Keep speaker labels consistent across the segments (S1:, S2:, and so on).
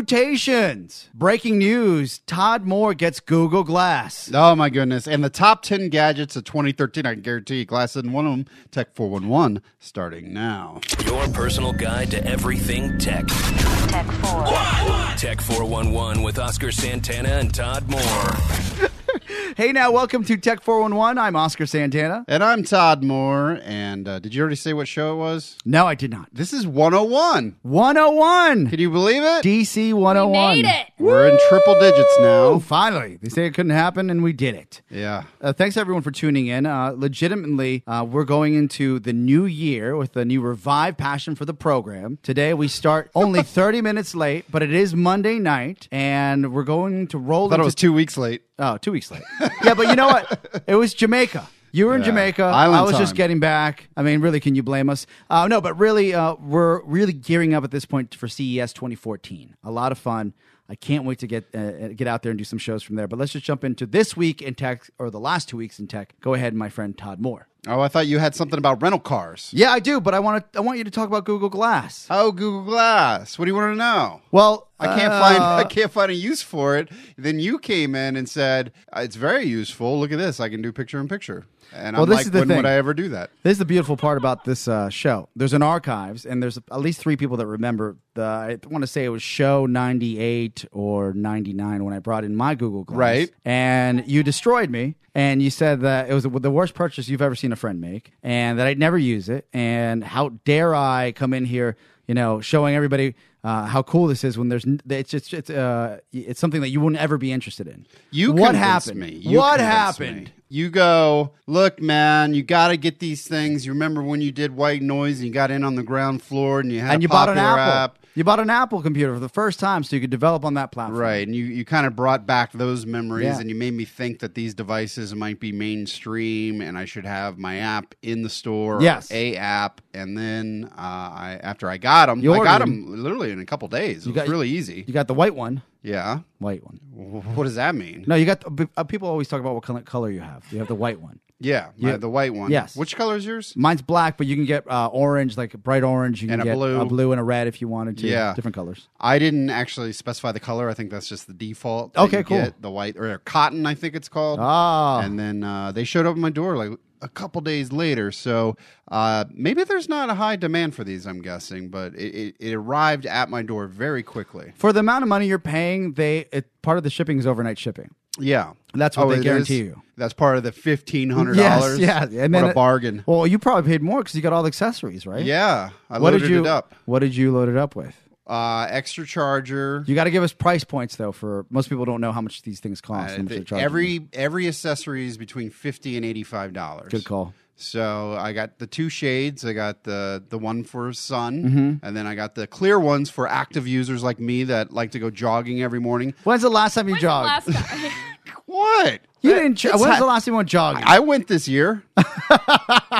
S1: Salutations! Breaking news Todd Moore gets Google Glass.
S2: Oh my goodness! And the top ten gadgets of 2013, I guarantee you, Glass isn't one of them. Tech 411 starting now.
S3: Your personal guide to everything tech.
S4: Tech 4.
S3: Tech 411 with Oscar Santana and Todd Moore.
S1: Hey now, welcome to Tech 411. I'm Oscar Santana.
S2: And I'm Todd Moore. And uh, did you already say what show it was?
S1: No, I did not.
S2: This is 101.
S1: 101!
S2: Can you believe it?
S1: DC 101.
S5: We made it.
S2: We're in triple digits
S1: Oh,
S2: now.
S1: finally. They say it couldn't happen, and we did it.
S2: Yeah.
S1: Uh, thanks everyone for tuning in. Uh, legitimately, uh, we're going into the new year with a new revived passion for the program. Today we start only 30 minutes late, but it is Monday night, and we're going to roll
S2: Thought it
S1: into
S2: was two weeks late.
S1: Oh, two weeks late. yeah, but you know what? It was Jamaica. You were in
S2: Yeah.
S1: Jamaica.
S2: Island
S1: I was just
S2: time.
S1: getting back. I mean, really, can you blame us? Uh, no, but really, uh, we're really gearing up at this point for E CES 2014. A lot of fun. I can't wait to get uh, get out there and do some shows from there. But let's just jump into this week in tech, or the last two weeks in tech. Go ahead, my friend Todd Moore.
S2: Oh, I thought you had something about rental cars.
S1: Yeah, I do, but I want to. I want you to talk about Google Glass.
S2: Oh, Google Glass. What do you want to know?
S1: Well,
S2: I can't
S1: uh,
S2: find I can't find a use for it. Then you came in and said it's very useful. Look at this. I can do picture in picture. And
S1: Well,
S2: I'm
S1: this
S2: like,
S1: is the
S2: when
S1: thing.
S2: would I ever do that?
S1: This is the beautiful part about this uh, show. There's an archives, and there's at least three people that remember. The, I want to say it was show 98 or 99 when I brought in my Google Glass.
S2: Right.
S1: And you destroyed me, and you said that it was the worst purchase you've ever seen a friend make, and that I'd never use it, and how dare I come in here, you know, showing everybody uh, how cool this is when there's n- it's just it's uh, it's something that you wouldn't ever be interested in.
S2: You
S1: what
S2: convinced
S1: happened?
S2: Me. You
S1: what
S2: convinced
S1: happened?
S2: me. You go, look, man. You got to get these things. You remember when you did white noise and you got in on the ground floor and you had
S1: and
S2: a
S1: you bought an
S2: popular
S1: Apple.
S2: app,
S1: You bought an Apple computer for the first time, so you could develop on that platform.
S2: right? And you you kind of brought back those memories
S1: Yeah.
S2: and you made me think that these devices might be mainstream and I should have my app in the store. or
S1: Yes.
S2: a app. And then uh, I after I got them,
S1: You
S2: I got
S1: ordered
S2: them literally in a couple days. It was
S1: got-
S2: really easy.
S1: You got the white one.
S2: yeah.
S1: White one.
S2: Wh- What does that mean?
S1: No, you got. The, uh, people always talk about what color, color you have. You have the white one.
S2: Yeah, my- the white one.
S1: Yes.
S2: Which color is yours?
S1: Mine's black, but you can get uh, orange, like bright orange. You can
S2: And a
S1: get
S2: blue.
S1: a blue and a red if you wanted to.
S2: Yeah.
S1: different colors.
S2: I didn't actually specify the color. I think that's just the default. that
S1: Okay,
S2: you
S1: cool.
S2: get, the white or cotton, I think it's called.
S1: Ah.
S2: And then uh, they showed up at my door like a couple days later. So uh, maybe there's not a high demand for these. I'm guessing, but it, it, it arrived at my door very quickly.
S1: For the amount of money you're paying, they it, part of the shipping is overnight shipping.
S2: Yeah,
S1: That's what they
S2: Oh, it is?
S1: guarantee you.
S2: That's part of the fifteen hundred dollars.
S1: Yes, yeah, and then
S2: what a
S1: it-
S2: bargain.
S1: Well, you probably paid more because you got all the accessories, right?
S2: yeah, I
S1: What
S2: loaded
S1: did you?
S2: it up.
S1: What did you load it up with?
S2: Uh, extra charger.
S1: You got to give us price points though. For most people don't know how much these things cost.
S2: Uh,
S1: how much
S2: the-
S1: they charge you.
S2: every every accessory is between fifty and eighty five dollars.
S1: good call.
S2: So I got the two shades. I got the the one for sun,
S1: Mm-hmm.
S2: and then I got the clear ones for active users like me that like to go jogging every morning.
S1: When's the last time you
S5: When's the
S1: jogged?
S5: last time?
S2: What?
S1: you didn't. Jo-
S2: It's
S1: when's
S2: hot.
S1: the last time you went jogging?
S2: I went this year. Uh,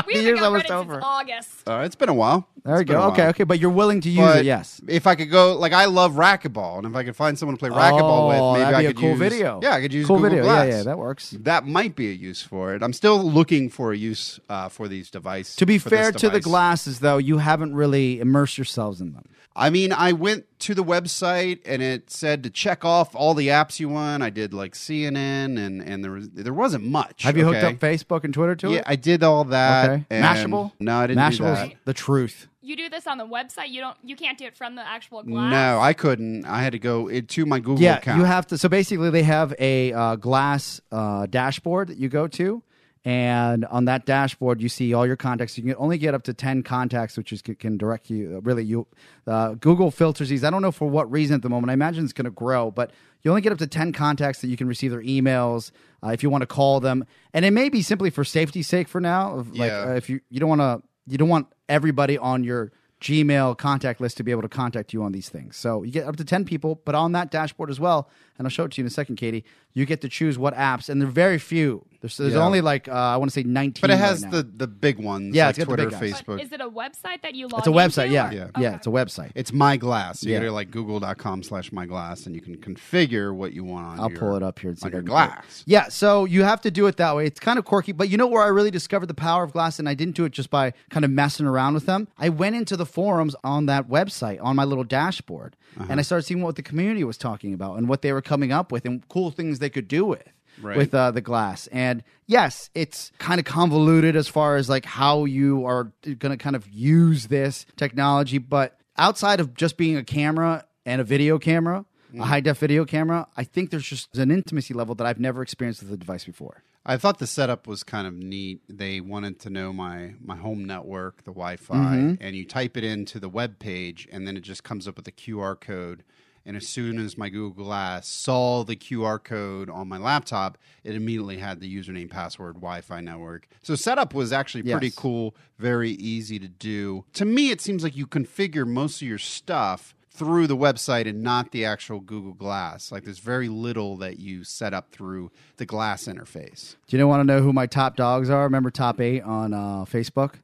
S5: we haven't
S1: year's
S5: gone
S1: almost
S5: running
S1: over.
S5: Since August.
S2: it's been a while.
S1: there we
S2: It's been a
S1: go.
S2: while.
S1: Okay, okay. But you're willing to use
S2: But
S1: it. Yes.
S2: If I could go, like I love racquetball, and if I could find someone to play racquetball
S1: Oh,
S2: with, maybe
S1: that'd
S2: I
S1: be
S2: could
S1: a cool
S2: use.
S1: video.
S2: Yeah, I could use
S1: cool
S2: Google
S1: video.
S2: Glass.
S1: Yeah, yeah, that works.
S2: That might be a use for it. I'm still looking for a use uh, for these devices.
S1: To be fair to the glasses, though, you haven't really immersed yourselves in them.
S2: I mean, I went to the website and it said to check off all the apps you want. I did like CNN and and there was there wasn't much.
S1: Have you
S2: okay?
S1: hooked up Facebook and Twitter to
S2: Yeah,
S1: it?
S2: I did all that.
S1: okay.
S2: and-
S1: Mashable.
S2: No, I didn't
S1: Mashable's
S2: do that.
S1: the truth.
S5: You do this on the website. You don't. You can't do it from the actual glass.
S2: No, I couldn't. I had to go into my Google
S1: Yeah,
S2: account.
S1: you have to. So basically, they have a uh, glass uh, dashboard that you go to, and on that dashboard, you see all your contacts. You can only get up to ten contacts, which is can direct you. Really, you uh, Google filters these. I don't know for what reason at the moment. I imagine it's going to grow, but you only get up to ten contacts that you can receive their emails uh, if you want to call them, and it may be simply for safety's sake for now. Of, Like
S2: Yeah.
S1: uh, if you you don't want to you don't want everybody on your Gmail contact list to be able to contact you on these things. So you get up to 10 people, but on that dashboard as well, and I'll show it to you in a second, Katie, you get to choose what apps, and there are very few There's, there's
S2: Yeah.
S1: only like uh, I want to say 19.
S2: But it has
S1: right now.
S2: the the big ones.
S1: Yeah,
S2: like
S1: it's got the
S2: Twitter,
S1: big guys.
S5: But
S2: Facebook.
S5: is it a website that you log
S1: It's a website.
S5: into,
S1: Yeah,
S5: or-
S1: yeah,
S5: Okay.
S1: It's a website.
S2: It's my glass. You
S1: Yeah.
S2: go to like google.com slash my glass and you can configure what you want on
S1: I'll
S2: your,
S1: pull it up here and see if
S2: on
S1: I
S2: your
S1: can do it.
S2: glass.
S1: Yeah, so you have to do it that way. It's kind of quirky, but you know where I really discovered the power of glass, and I didn't do it just by kind of messing around with them. I went into the forums on that website on my little dashboard,
S2: Uh-huh.
S1: and I started seeing what the community was talking about and what they were coming up with and cool things they could do with.
S2: Right.
S1: With uh, the glass, and yes, it's kind of convoluted as far as like how you are going to kind of use this technology. But outside of just being a camera and a video camera,
S2: Mm-hmm.
S1: a high def video camera, I think there's just an intimacy level that I've never experienced with the device before.
S2: I thought the setup was kind of neat. They wanted to know my my home network, the Wi-Fi, and you type it into the web page, and then it just comes up with a QR code. And as soon as my Google Glass saw the QR code on my laptop, it immediately had the username, password, Wi-Fi network. So setup was actually pretty
S1: Yes.
S2: cool, very easy to do. To me, it seems like you configure most of your stuff through the website and not the actual Google Glass. Like there's very little that you set up through the Glass interface.
S1: Do you want to know who my top dogs are? Remember top eight on uh, Facebook?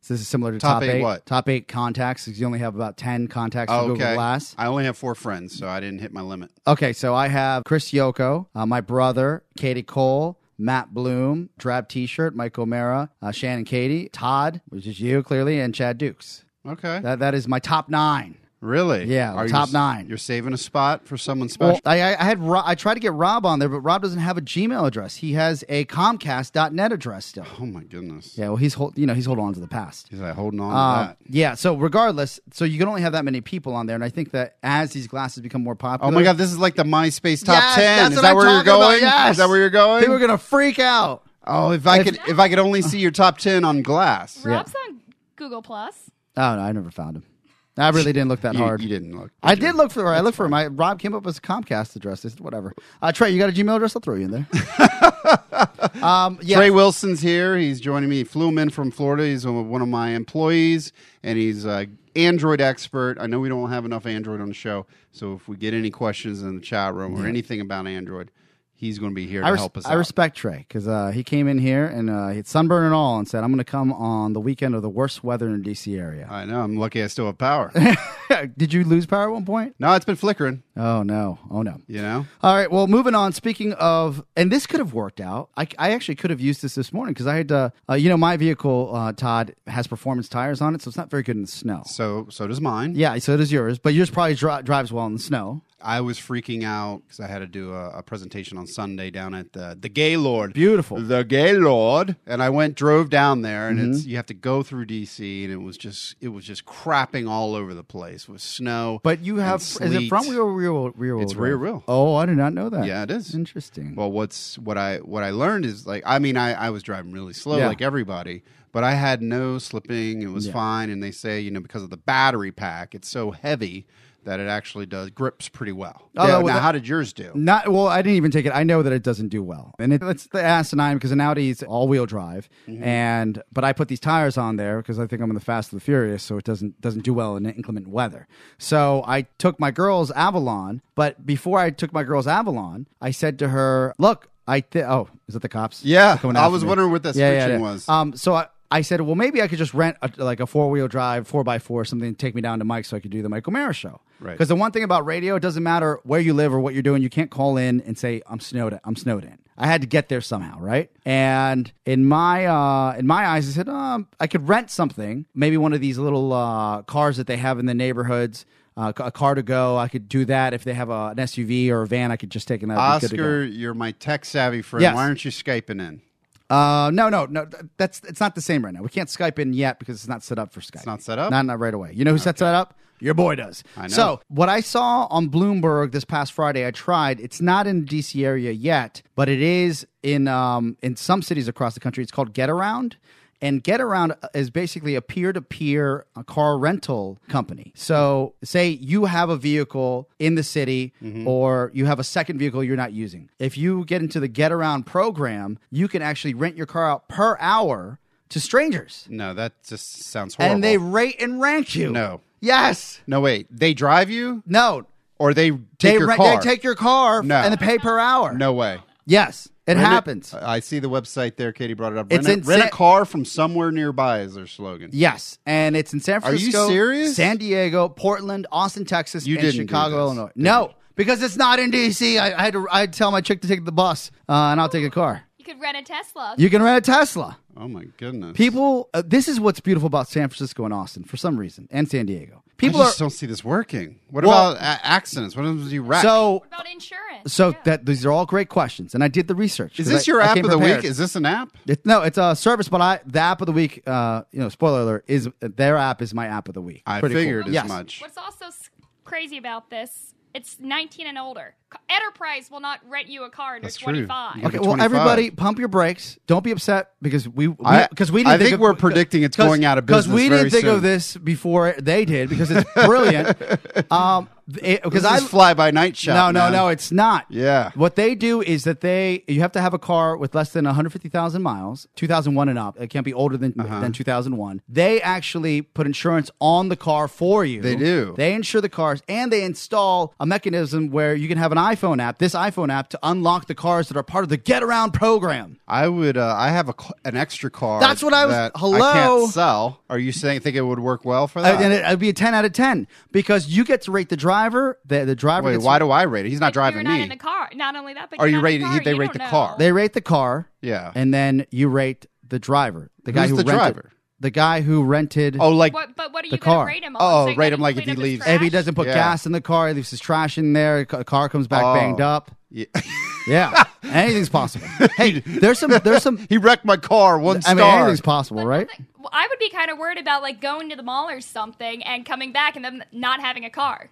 S1: So this is similar to top,
S2: Top eight what? Oh,
S1: Top eight contacts because you only have about ten contacts for Google Glass.
S2: I only have four friends, so I didn't hit my limit.
S1: Okay, so I have Chris Yoko, uh, my brother, Katie Cole, Matt Bloom, Drab T-shirt, Mike O'Mara, uh, Shannon Katie, Todd, which is you clearly, and Chad Dukes.
S2: Okay.
S1: That that is my top nine.
S2: really?
S1: Yeah,
S2: Are you
S1: top
S2: s-
S1: nine.
S2: You're saving a spot for someone
S1: Well,
S2: special.
S1: I, I I had Ro- I tried to get Rob on there, but Rob doesn't have a Gmail address. He has a Comcast.net address still.
S2: oh my goodness.
S1: Yeah, well, he's hold, you know he's holding on to the past.
S2: He's like holding on to
S1: Um,
S2: that.
S1: yeah, so regardless, so you can only have that many people on there, and I think that as these glasses become more
S2: Oh
S1: popular,
S2: my god, this is like the MySpace top
S1: Yes,
S2: ten.
S1: that's
S2: Is
S1: what
S2: that
S1: I'm
S2: where you're
S1: talking about,
S2: going?
S1: yes.
S2: Is that where you're going?
S1: people are gonna freak out.
S2: oh, if I could if I could only see your top ten on glass.
S5: Rob's on Google Plus.
S1: Oh no, I never found him. I really didn't look that
S2: You,
S1: hard.
S2: you didn't look.
S1: I did look for. I looked for him. I, Rob came up with a Comcast address. I said, whatever. Uh, Trey, you got a Gmail address? I'll throw you in there. um, yeah,
S2: Trey Wilson's here. He's joining me. He flew him in from Florida. He's one of my employees, and he's an Android expert. I know we don't have enough Android on the show, so if we get any questions in the chat room or anything about Android, he's going to be here to
S1: I, res-
S2: help us
S1: I
S2: out.
S1: respect Trey because uh, he came in here and uh, he had sunburn and all and said, I'm going to come on the weekend of the worst weather in the DC area.
S2: I know. I'm lucky I still have power.
S1: Did you lose power at one point?
S2: no, it's been flickering.
S1: Oh, no. Oh, no.
S2: You know.
S1: All right. Well, moving on. Speaking of, and this could have worked out. I, I actually could have used this this morning because I had, uh, uh, you know, my vehicle, uh, Todd, has performance tires on it, so it's not very good in the snow.
S2: So so does mine.
S1: Yeah, so does yours, but yours probably dri- drives well in the snow.
S2: I was freaking out because I had to do a, a presentation on Sunday down at the the Gaylord.
S1: Beautiful.
S2: The Gaylord, and I went drove down there, and
S1: Mm-hmm.
S2: it's you have to go through DC, and it was just it was just crapping all over the place with snow.
S1: But you
S2: and
S1: have is it
S2: sleet.
S1: front wheel or rear wheel? Rear wheel.
S2: It's
S1: drive?
S2: rear wheel.
S1: Oh, I did not know that.
S2: Yeah, it is.
S1: Interesting.
S2: Well, what's what I what I learned is like I mean I I was driving really slow
S1: Yeah.
S2: like everybody, but I had no slipping. It was fine, and they say you know because of the battery pack, it's so heavy that it actually does grips pretty well.
S1: Oh,
S2: now,
S1: well,
S2: now,
S1: that-
S2: how did yours do?
S1: Not well. I didn't even take it. I know that it doesn't do well, and it, it's the asinine because an Audi's all-wheel drive, and but I put these tires on there because I think I'm in the Fast and the Furious, so it doesn't doesn't do well in inclement weather. So I took my girl's Avalon, but before I took my girl's Avalon, I said to her, "Look, I thi- oh, is it the cops?
S2: Yeah,
S1: Coming
S2: I
S1: after
S2: was
S1: me.
S2: wondering what that
S1: Yeah, yeah,
S2: screeching
S1: yeah.
S2: was.
S1: Um, so I, I said, well, maybe I could just rent a, like a four wheel drive, four by four, something, and take me down to Mike so I could do the Michael Mara show.
S2: Right.
S1: Because the one thing about radio, it doesn't matter where you live or what you're doing, you can't call in and say I'm snowed. I'm snowed in. I had to get there somehow, right? And in my uh, in my eyes, I said um, I could rent something, maybe one of these little uh, cars that they have in the neighborhoods. Uh, a car to go. I could do that if they have a, an SUV or a van. I could just take another
S2: Oscar, you're my tech savvy friend.
S1: Yes.
S2: Why aren't you skyping in?
S1: Uh, no, no, no. th- That's it's not the same right now. We can't Skype in yet because it's not set up for Skype. It's
S2: not set up?
S1: Not not right away. You know who sets that up? Your boy does. I
S2: know.
S1: So what I saw on Bloomberg this past Friday, I tried. It's not in the DC area yet, but it is in um in some cities across the country. It's called Get Around. And Get Around uh, is basically a peer to peer car rental company. So, say you have a vehicle in the city or you have a second vehicle you're not using. If you get into the Get Around program, you can actually rent your car out per hour to strangers.
S2: No, that just sounds horrible.
S1: And they rate and rank you.
S2: No.
S1: Yes.
S2: no wait, they drive you
S1: No.
S2: or they take
S1: They,
S2: your
S1: rent,
S2: car?
S1: they take your car
S2: No.
S1: and they pay per hour.
S2: no way.
S1: Yes, it
S2: Rent Uh, a-
S1: happens.
S2: I see the website there. Katie brought it up.
S1: It's
S2: Rent,
S1: in
S2: a, rent
S1: Sa-
S2: a car from somewhere nearby is their slogan.
S1: Yes, and it's in San
S2: Are you
S1: Francisco,
S2: serious?
S1: San Diego, Portland, Austin, Texas,
S2: You
S1: and
S2: didn't do
S1: Chicago,
S2: this,
S1: Illinois.
S2: did
S1: No, because it's not in DC. I, I had to. I had to tell my chick to take the bus, uh, and I'll take a car.
S5: You could rent a Tesla.
S1: You can rent a Tesla.
S2: Oh my goodness.
S1: People, uh, this is what's beautiful about San Francisco and Austin for some reason, and San Diego. People
S2: I
S1: are
S2: just don't see this working. What
S1: Well-
S2: about a- accidents? What happens if you wreck?
S1: so
S5: what about insurance?
S1: so
S5: Yeah.
S1: that these are all great questions, and I did the research.
S2: is
S1: 'cause
S2: this
S1: I-
S2: your
S1: I
S2: app
S1: came
S2: of the
S1: prepared.
S2: week? Is this an app?
S1: It's, no, it's a service, but I the app of the week. Uh, you know, spoiler alert is their app is my app of the week.
S2: I
S1: Pretty cool.
S2: figured as
S1: Yes.
S2: much.
S5: What's also s- crazy about this? It's 19 and older. Co- Enterprise will not rent you a car under
S2: That's true.
S5: 25.
S2: Yeah.
S1: Okay,
S2: to
S1: well,
S2: 25.
S1: everybody, pump your brakes. Don't be upset because we
S2: I-
S1: because we,
S2: I
S1: didn't
S2: think
S1: of-
S2: we're predicting it's
S1: 'cause-
S2: going out of business
S1: we
S2: very
S1: didn't think of
S2: soon.
S1: this before they did because it's brilliant. um, because
S2: Because
S1: I
S2: I fly by night shop.
S1: no no
S2: man.
S1: no it's not.
S2: Yeah.
S1: what they do is that they you have to have a car with less than 150,000 miles, 2001 and up. It can't be older than
S2: Uh-huh.
S1: than 2001. They actually put insurance on the car for you.
S2: They do.
S1: They insure the cars and they install a mechanism where you can have an iPhone app, this iPhone app, to unlock the cars that are part of the Get Around program.
S2: I would. Uh, I have a c an extra car.
S1: That's what I was-
S2: that
S1: hello?
S2: I can't sell. Are you saying think it would work well for that?
S1: Uh, and it, would be a 10 out of 10 because you get to rate the driver. The, the driver
S2: Wait,
S1: gets-
S2: why do I rate it? He's not
S5: But
S2: driving
S5: you're not
S2: me.
S5: in the car. Not only that, but
S2: Are
S5: you're
S2: you
S5: not in
S2: rating-
S5: the car.
S2: they
S5: You
S2: rate
S5: don't
S2: the car?
S5: know.
S1: They rate the car.
S2: Yeah.
S1: And then you rate the driver. The guy
S2: Who's
S1: who
S2: the
S1: rented,
S2: driver?
S1: The guy who rented.
S2: oh, like
S5: What, but what are
S1: The
S5: you going
S1: car.
S5: to rate him
S2: Oh,
S5: on?
S2: rate him like if he leaves-
S1: If he doesn't put
S2: Yeah.
S1: gas in the car, he leaves his trash in there. ca- Car comes back
S2: Oh.
S1: banged up.
S2: Yeah.
S1: Yeah, anything's possible. Hey, there's some, there's some.
S2: he wrecked my car. One
S1: I
S2: star.
S1: mean, anything's possible, right?
S5: Well, I would be kind of worried about like going to the mall or something and coming back and them not having a car.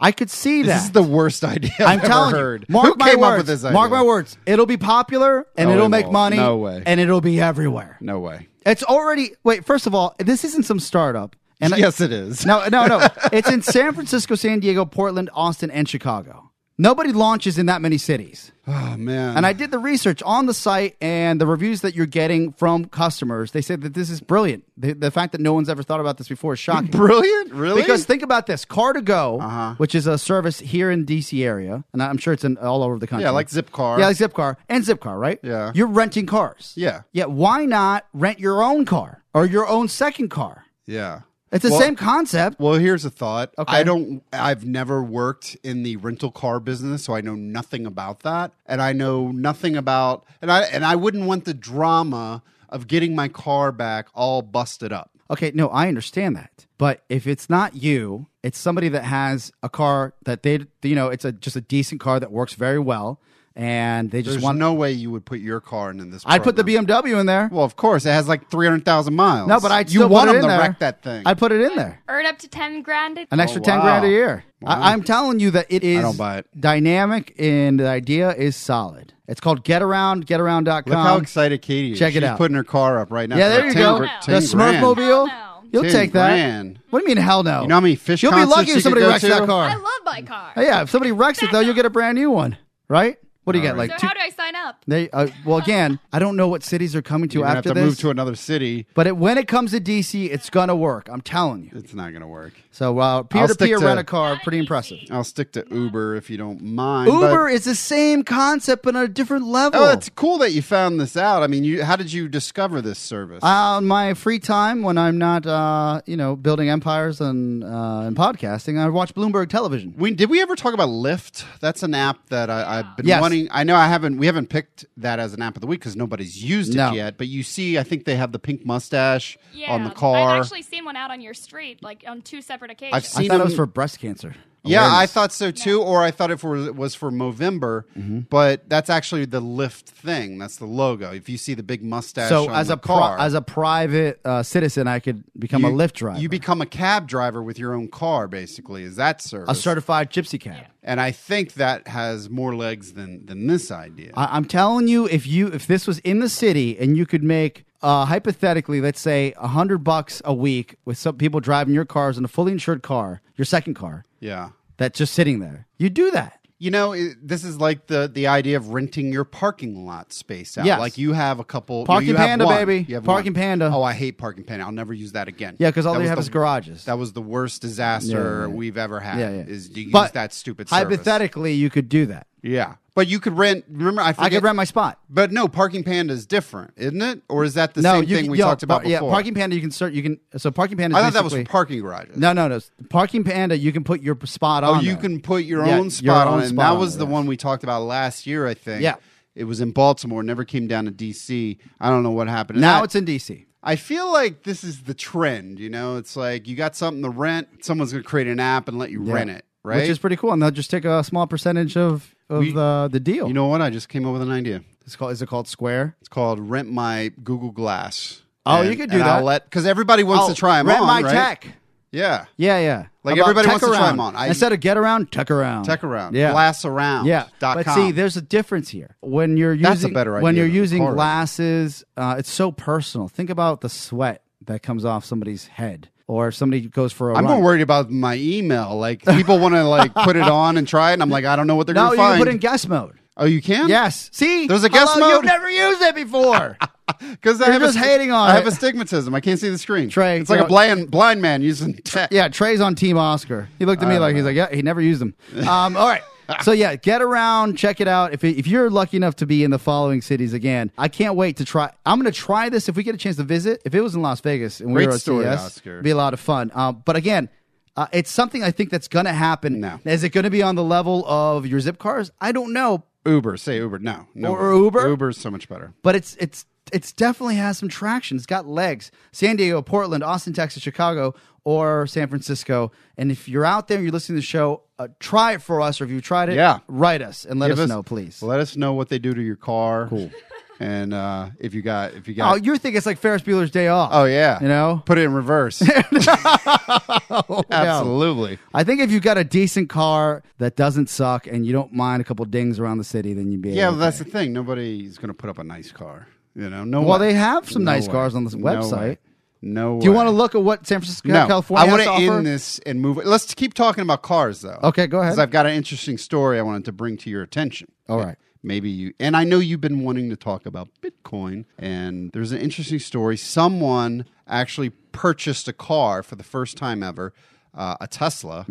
S1: I could see that.
S2: This is the worst idea I've
S1: I'm
S2: ever
S1: telling
S2: heard.
S1: you. Mark
S2: Who
S1: my
S2: came
S1: words.
S2: up with this idea?
S1: Mark my words. It'll be popular and
S2: No,
S1: it'll
S2: it
S1: make
S2: won't.
S1: money.
S2: No way.
S1: And it'll be everywhere.
S2: No way.
S1: It's already. Wait. First of all, this isn't some startup. And I-
S2: yes, it is.
S1: No, no, no. it's in San Francisco, San Diego, Portland, Austin, and Chicago. Nobody launches in that many cities.
S2: Oh man.
S1: And I did the research on the site and the reviews that you're getting from customers. They said that this is brilliant. The, the fact that no one's ever thought about this before is shocking.
S2: brilliant. Really? Uh-huh.
S1: Because think about this Car2Go, which is a service here in DC area, and I'm sure it's in all over the country.
S2: Yeah, like Zipcar.
S1: Yeah, like Zipcar and Zipcar, right?
S2: Yeah.
S1: You're renting cars.
S2: Yeah.
S1: Yeah, why not rent your own car or your own second car?
S2: yeah.
S1: It's the
S2: Well-
S1: same concept.
S2: Well, here's a thought.
S1: Okay.
S2: I don't. I've never worked in the rental car business, so I know nothing about that, and I know nothing about and I and I wouldn't want the drama of getting my car back all busted up.
S1: Okay, no, I understand that. But if it's not you, it's somebody that has a car that they, you know, it's a just a decent car that works very well, and they just
S2: There's
S1: want.
S2: no way you would put your car in, in this.
S1: I'd put the
S2: program.
S1: BMW in there.
S2: Well, of course, it has like three hundred thousand miles.
S1: no, but I
S2: you want them to wreck that thing.
S1: I put it in there.
S5: Earn up to ten grand. a-
S1: an extra
S2: Oh,
S1: 10 grand a
S2: wow.
S1: year. I, I'm telling you that it is
S2: don't buy it.
S1: dynamic and the idea is solid. It's called getaround, getaround.com.
S2: Look how excited Katie is.
S1: Check it
S2: She's
S1: out.
S2: putting her car up right now.
S1: yeah,
S2: for
S1: there
S2: like
S1: you
S2: 10
S1: go.
S2: gr-
S1: The
S2: 10 grand.
S1: Smurf Mobile.
S5: Hell no.
S1: You'll
S2: 10
S1: take that.
S2: grand.
S1: What do you mean, hell no?
S2: You know how many fish
S1: You'll be
S2: concerts
S1: lucky
S2: you
S1: if
S2: could
S1: somebody
S2: go
S1: wrecks that
S2: to?
S1: car.
S5: I love my car.
S1: Oh, yeah, if somebody wrecks it, though, you'll get a brand new one, right? What do you get?
S2: right.
S1: Like
S5: So
S1: two.
S5: how do I sign up?
S1: They, uh, well, again, I don't know what cities are coming to
S2: You're gonna
S1: after
S2: have to
S1: this,
S2: move to another city.
S1: but it, when it comes to DC, it's gonna work. I'm telling you.
S2: It's not gonna work.
S1: So uh, peer-to-peer
S2: stick to-
S1: rent a car, pretty impressive.
S2: I'll stick to Uber if you don't mind. but-
S1: Uber is the same concept but on a different level.
S2: Oh, that's cool that you found this out. I mean, you how did you discover this service?
S1: on my free time when I'm not, uh, you know, building empires and uh, and podcasting, I watch Bloomberg Television.
S2: we, did we ever talk about Lyft? That's an app that I, I've been
S1: Yes.
S2: wanting. I know I haven't. We haven't picked that as an app of the week because nobody's used it
S1: No.
S2: yet. But you see, I think they have the pink mustache
S5: Yeah,
S2: on the car.
S5: I've actually seen one out on your street, like on two separate occasions.
S2: I've
S1: I
S2: seen
S1: thought it
S2: them-
S1: was for breast cancer.
S2: Yeah, I
S1: Awareness.
S2: thought so too, or I thought it for, was for Movember,
S1: Mm-hmm.
S2: but that's actually the Lyft thing. That's the logo. If you see the big mustache,
S1: so.
S2: on
S1: As
S2: the
S1: a pro-
S2: car,
S1: as a private uh, citizen, I could become a
S2: you-
S1: Lyft driver,
S2: You become a cab driver with your own car, basically. Is that
S1: a
S2: service?
S1: certified gypsy cab.
S2: and I think that has more legs than than this idea.
S1: I- I'm telling you, if you if this was in the city and you could make uh, hypothetically, let's say a hundred bucks a week with some people driving your cars in a fully insured car, your second car
S2: yeah.
S1: that's just sitting there, you do that.
S2: You know, it, this is like the the idea of renting your parking lot space out.
S1: Yes.
S2: Like you have a couple.
S1: Parking
S2: you have
S1: Panda,
S2: one.
S1: baby.
S2: You have
S1: Parking
S2: one.
S1: Panda.
S2: Oh, I hate Parking Panda. I'll never use that again.
S1: Yeah, because all
S2: That
S1: they
S2: was
S1: have
S2: the-
S1: is garages.
S2: That was the worst disaster
S1: Yeah, yeah, yeah.
S2: we've ever had.
S1: yeah, yeah.
S2: Uh, Is to use
S1: But
S2: that stupid. Service.
S1: Hypothetically, you could do that.
S2: Yeah, but you could rent. Remember, I forget,
S1: I could rent my spot.
S2: But no, Parking Panda is different, isn't it? Or is that the same
S1: you
S2: thing
S1: can-
S2: we
S1: yo,
S2: talked about
S1: par- yeah,
S2: before?
S1: Parking Panda. You can search. You can so Parking Panda.
S2: I thought that was for
S1: basically-
S2: parking garages.
S1: No, no, no. Parking Panda. You can put your p- spot
S2: Oh,
S1: on.
S2: you
S1: there.
S2: can put your
S1: Yeah,
S2: own
S1: your
S2: spot on
S1: own
S2: it. And
S1: spot
S2: that
S1: on
S2: was
S1: it,
S2: the
S1: yes.
S2: one we talked about last year, I think.
S1: Yeah.
S2: It was in Baltimore, never came down to DC. I don't know what happened. And
S1: Now
S2: I,
S1: it's in DC.
S2: I feel like this is the trend, you know? It's like you got something to rent, someone's gonna create an app and let you
S1: Yeah.
S2: rent it, right?
S1: Which is pretty cool, and they'll just take a small percentage of of
S2: We-
S1: the the deal.
S2: you know what? I just came up with an idea.
S1: it's called is it called Square?
S2: It's called Rent My Google Glass.
S1: Oh, you could do that.
S2: because everybody wants to try them
S1: Oh, rent
S2: on,
S1: my
S2: right?
S1: tech.
S2: Yeah,
S1: Yeah, yeah.
S2: Like,
S1: How about
S2: everybody
S1: tech
S2: wants to try 'em
S1: around?
S2: on. I-
S1: Instead of get around, tuck around.
S2: tech around,
S1: Yeah.
S2: glass around,
S1: Yeah,
S2: dot
S1: but
S2: com.
S1: see, there's a difference here. When you're using
S2: That's a better idea
S1: when you're
S2: than the
S1: using
S2: card.
S1: glasses, uh, it's so personal. Think about the sweat that comes off somebody's head, or if somebody goes for a
S2: I'm
S1: run.
S2: more worried about my email. Like people want to like put it on and try it, and I'm like, I don't know what they're
S1: no,
S2: gonna
S1: you can
S2: find.
S1: put in guest mode.
S2: oh, you can?
S1: Yes, see,
S2: There's a guest
S1: Hello,
S2: mode?
S1: You've never used it before.
S2: because I
S1: You're
S2: have
S1: just
S2: a,
S1: hating on
S2: I
S1: it.
S2: have astigmatism. I can't see the screen.
S1: Trey,
S2: it's like
S1: go-
S2: a blind blind man using tech.
S1: yeah, Trey's on Team Oscar. He looked at me like he's like, yeah, he never used them. Um, all right. So yeah, get around, check it out. If, if you're lucky enough to be in the following cities again, I can't wait to try. I'm going to try this if we get a chance to visit. If it was in Las Vegas and we
S2: Great
S1: were at
S2: story,
S1: CES,
S2: Oscar.
S1: it'd be a lot of fun. Um, but again, uh, it's something I think that's going to happen.
S2: No.
S1: Is it going to be on the level of your zip cars? I don't know,
S2: Uber, say Uber. No, no.
S1: Or Uber?
S2: Uber's so much better.
S1: but it's it's it's definitely has some traction. It's got legs. San Diego, Portland, Austin, Texas, Chicago, or San Francisco. And if you're out there and you're listening to the show, uh, try it for us. Or if you tried it,
S2: Yeah.
S1: write us and let
S2: Give
S1: us, know, please.
S2: Let us know what they do to your car. Cool. And uh, if you got if you
S1: Oh,
S2: got
S1: you think it's like Ferris Bueller's Day Off?
S2: oh yeah,
S1: you know.
S2: put it in reverse. Absolutely.
S1: I think if you've got a decent car that doesn't suck and you don't mind a couple dings around the city, then you'd be okay.
S2: Yeah, well, that's the thing. Nobody's going to put up a nice car. You know, no.
S1: Well,
S2: way.
S1: they have some nice
S2: way.
S1: cars on this
S2: No
S1: website.
S2: way. No.
S1: Do you
S2: way.
S1: want to look at what San Francisco,
S2: No,
S1: California?
S2: I
S1: want to
S2: want uh, to end this and move. Let's keep talking about cars, though.
S1: Okay, go ahead.
S2: Because I've got an interesting story I wanted to bring to your attention.
S1: All right.
S2: Maybe you and I know you've been wanting to talk about Bitcoin, and there's an interesting story. Someone actually purchased a car for the first time ever, uh, a Tesla,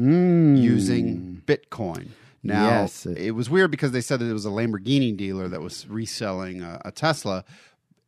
S2: using Bitcoin. Now,
S1: Mm. Yes.
S2: it was weird because they said that it was a Lamborghini dealer that was reselling a, a Tesla,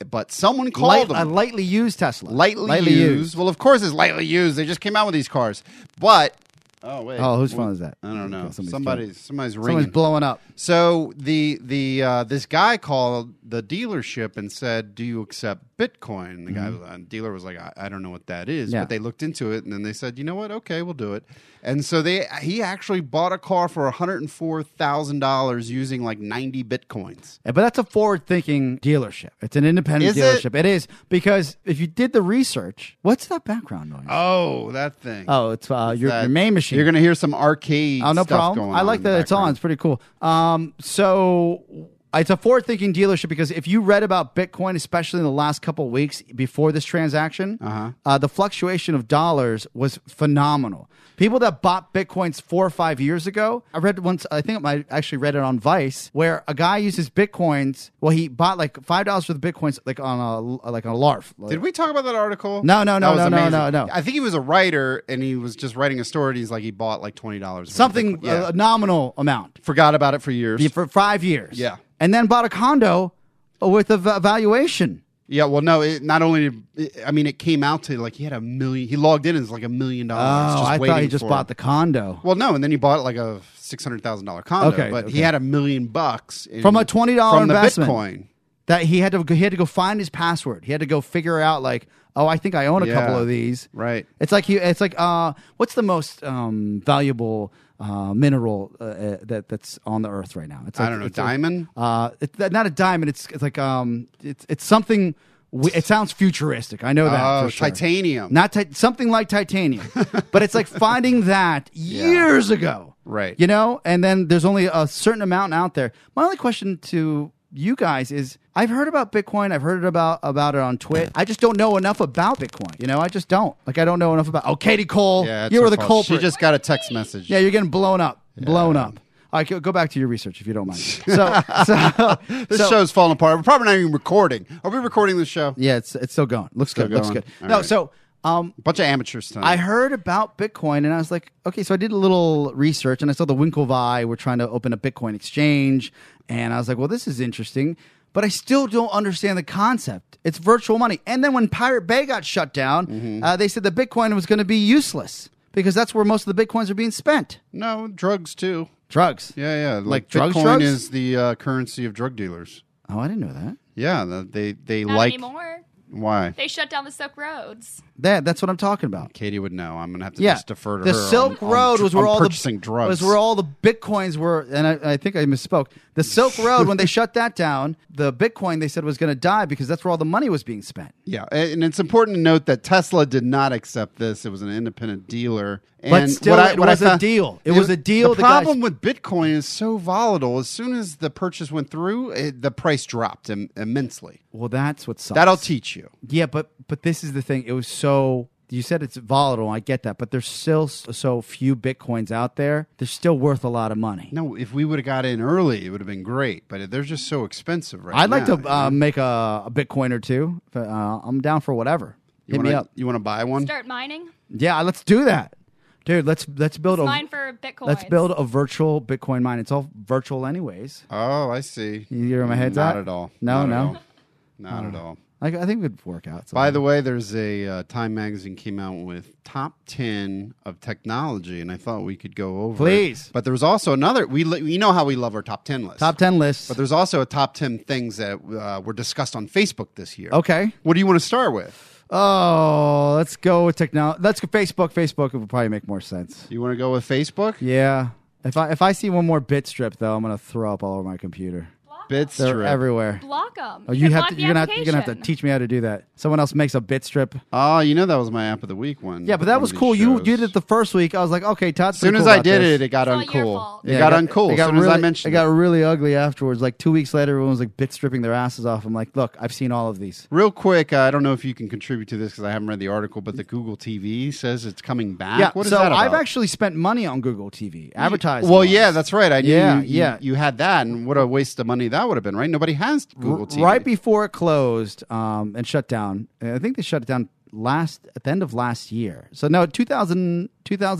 S2: but someone called
S1: Light,
S2: them
S1: a lightly used Tesla.
S2: lightly, used. Well, of course it's lightly used. They just came out with these cars, but oh wait,
S1: Oh, whose phone is that?
S2: I don't know.
S1: Okay, somebody's
S2: somebody's somebody's
S1: Someone's
S2: ringing.
S1: blowing up.
S2: so the the uh, this guy called the dealership and said, "Do you accept Bitcoin?" And the guy, was- and dealer was like, I, "I don't know what that is,"
S1: Mm-hmm. Yeah.
S2: but they looked into it and then they said, "You know what? Okay, we'll do it." And so they he actually bought a car for one hundred and four thousand dollars using like ninety bitcoins.
S1: Yeah, But that's a forward thinking dealership. It's an independent
S2: Is it?
S1: dealership. it is because if you did the research, what's that background noise?
S2: Oh, that thing.
S1: oh, it's uh, your,
S2: That-
S1: your main machine.
S2: You're gonna hear some arcade.
S1: oh, no
S2: stuff
S1: problem.
S2: Going
S1: I
S2: on
S1: like
S2: in the
S1: that it's
S2: background.
S1: on. It's pretty cool. Um, so it's a forward thinking dealership because if you read about Bitcoin, especially in the last couple of weeks before this transaction,
S2: Uh-huh.
S1: uh the fluctuation of dollars was phenomenal. People that bought bitcoins four or five years ago, I read once. I think I actually read it on Vice, where a guy uses bitcoins. Well, he bought like five dollars worth of bitcoins, like on a like on a larf. Like-
S2: Did we talk about that article?
S1: No, no, no,
S2: That was
S1: no, no,
S2: amazing.
S1: no, no.
S2: I think he was a writer and he was just writing a story. And he's like, he bought like twenty dollars.
S1: something
S2: Yeah.
S1: uh, a nominal amount?
S2: Forgot about it for years.
S1: Yeah, for five years.
S2: Yeah.
S1: And then bought a condo with a va- valuation.
S2: yeah. Well, no. It, not only, I mean, it came out to like he had a million. He logged in as like a million dollars.
S1: Oh,
S2: just
S1: I
S2: waiting
S1: thought he just
S2: for
S1: bought the
S2: him.
S1: condo
S2: Well, no, and then he bought like a six hundred thousand dollar condo.
S1: Okay,
S2: but
S1: okay.
S2: he had a million bucks in-
S1: From a $20
S2: from the
S1: investment.
S2: Bitcoin.
S1: that he had to he had to go find his password. He had to go figure out like, oh, I think I own a
S2: Yeah,
S1: couple of these.
S2: right.
S1: It's like he. It's like uh, what's the most um valuable uh mineral uh, uh, that that's on the earth right now? It's
S2: I
S1: like,
S2: don't know,
S1: it's like-
S2: diamond?
S1: uh, it's not a diamond. It's, it's like um, it's it's something. we- It sounds futuristic. I know that.
S2: Oh,
S1: for sure.
S2: titanium.
S1: Not ti- something like titanium, but it's like finding that years ago.
S2: Right.
S1: You know, and then there's only a certain amount out there. My only question to you guys is I've heard about Bitcoin, I've heard about about it on Twitter. I just don't know enough about Bitcoin. You know, I just don't. Like I don't know enough about Oh, Katie Cole,
S2: Yeah, it's
S1: you
S2: her
S1: were the
S2: fault.
S1: culprit.
S2: She just got a text message.
S1: yeah, you're getting blown up. Blown up. All right, go, go back to your research if you don't mind. So, so
S2: This
S1: so-
S2: show's falling apart. We're probably not even recording. Are we recording this show?
S1: Yeah, it's it's still going. Looks good. Looks
S2: going.
S1: good.
S2: All
S1: no,
S2: right.
S1: so Um,
S2: A bunch of amateurs tonight.
S1: I heard about Bitcoin and I was like, okay, so I did a little research and I saw the Winklevi were trying to open a Bitcoin exchange. And I was like, well, this is interesting, but I still don't understand the concept. It's virtual money. And then when Pirate Bay got shut down, uh, they said that Bitcoin was going to be useless because that's where most of the Bitcoins are being spent.
S2: no drugs too.
S1: Drugs.
S2: Yeah, yeah. Like,
S1: Like drugs,
S2: Bitcoin
S1: drugs?
S2: is the uh, currency of drug dealers.
S1: Oh, I didn't know that.
S2: Yeah, the- they they
S5: Not
S2: like
S5: anymore.
S2: why.
S5: They shut down the Silk Roads.
S1: That that's what I'm talking about.
S2: Katie would know. I'm gonna have to
S1: Yeah,
S2: just defer to
S1: the
S2: her.
S1: Silk
S2: on- on
S1: Road
S2: tr-
S1: was where
S2: on
S1: all
S2: purchasing
S1: the
S2: drugs
S1: was where all the bitcoins were, and I, I think I misspoke. The Silk Road when they shut that down, the bitcoin they said was going to die because that's where all the money was being spent.
S2: Yeah, a- and it's important to note that Tesla did not accept this. It was an independent dealer. And
S1: But still,
S2: what I,
S1: it
S2: what I
S1: was a
S2: found-
S1: deal. It was a deal
S2: The
S1: the guys-
S2: problem with Bitcoin is so volatile. As soon as the purchase went through, it, the price dropped im- immensely.
S1: Well, that's what sucks.
S2: That'll teach you.
S1: yeah, but but this is the thing. It was so you said it's volatile. I get that, but there's still s- so few bitcoins out there. They're still worth a lot of money.
S2: No, if we would have got in early, it would have been great. But they're just so expensive right
S1: I'd
S2: now.
S1: like to uh, make a, a bitcoin or two. If, Uh, I'm down for whatever.
S2: you
S1: Hit
S2: wanna,
S1: me up.
S2: You want to buy one?
S5: Start mining.
S1: Yeah, let's do that, dude. Let's let's build a
S5: Mine for Bitcoin.
S1: Let's build a virtual Bitcoin mine. It's all virtual, anyways.
S2: Oh, I see.
S1: You hear where my head's
S2: Not
S1: at?
S2: at all.
S1: No,
S2: Not
S1: no. Oh.
S2: At all. Not at all.
S1: Like, I think it would work out.
S2: By the way, there's a uh, Time magazine came out with top ten of technology, and I thought we could go over. it.
S1: Please.
S2: but there was also another. We li- you know how we love our top ten list.
S1: top ten lists.
S2: But there's also a top ten things that uh, were discussed on Facebook this year.
S1: okay.
S2: What do you want to start with?
S1: Oh, let's go with technology. Let's go Facebook. Facebook would probably make more sense.
S2: You want to go with Facebook?
S1: Yeah. If I if I see one more bit strip though, I'm gonna throw up all over my computer.
S2: Bitstrip.
S1: They're everywhere.
S5: Block them.
S1: Oh, you have to. You're gonna have, you're gonna have to teach me how to do that. Someone else makes a bit strip.
S2: Oh, you know that was my app of the week one.
S1: Yeah, but
S2: one
S1: that
S2: of
S1: was
S2: these
S1: cool. You
S2: shows.
S1: you did it the first week. I was like, okay, Todd.
S2: As soon as I did it, it got
S5: It's all your
S2: uncool.
S5: fault.
S2: It got uncool.
S1: It
S2: As
S1: got
S2: soon as
S1: really,
S2: I
S1: it
S2: mentioned
S1: got
S2: it.
S1: really ugly afterwards. Like two weeks later, everyone was like bit stripping their asses off. I'm like, look, I've seen all of these.
S2: Real quick, uh, I don't know if you can contribute to this because I haven't read the article, but the Google TV says it's coming back.
S1: yeah,
S2: what is
S1: so
S2: that about?
S1: I've actually spent money on Google TV advertising.
S2: Well,
S1: on
S2: yeah,
S1: it.
S2: that's right. I knew
S1: Yeah,
S2: you, you-
S1: yeah.
S2: you had that, and what a waste of money that would have been, right? Nobody has Google TV.
S1: right before it closed um, and shut down. I think they shut it down last at the end of last year. So no, 2000,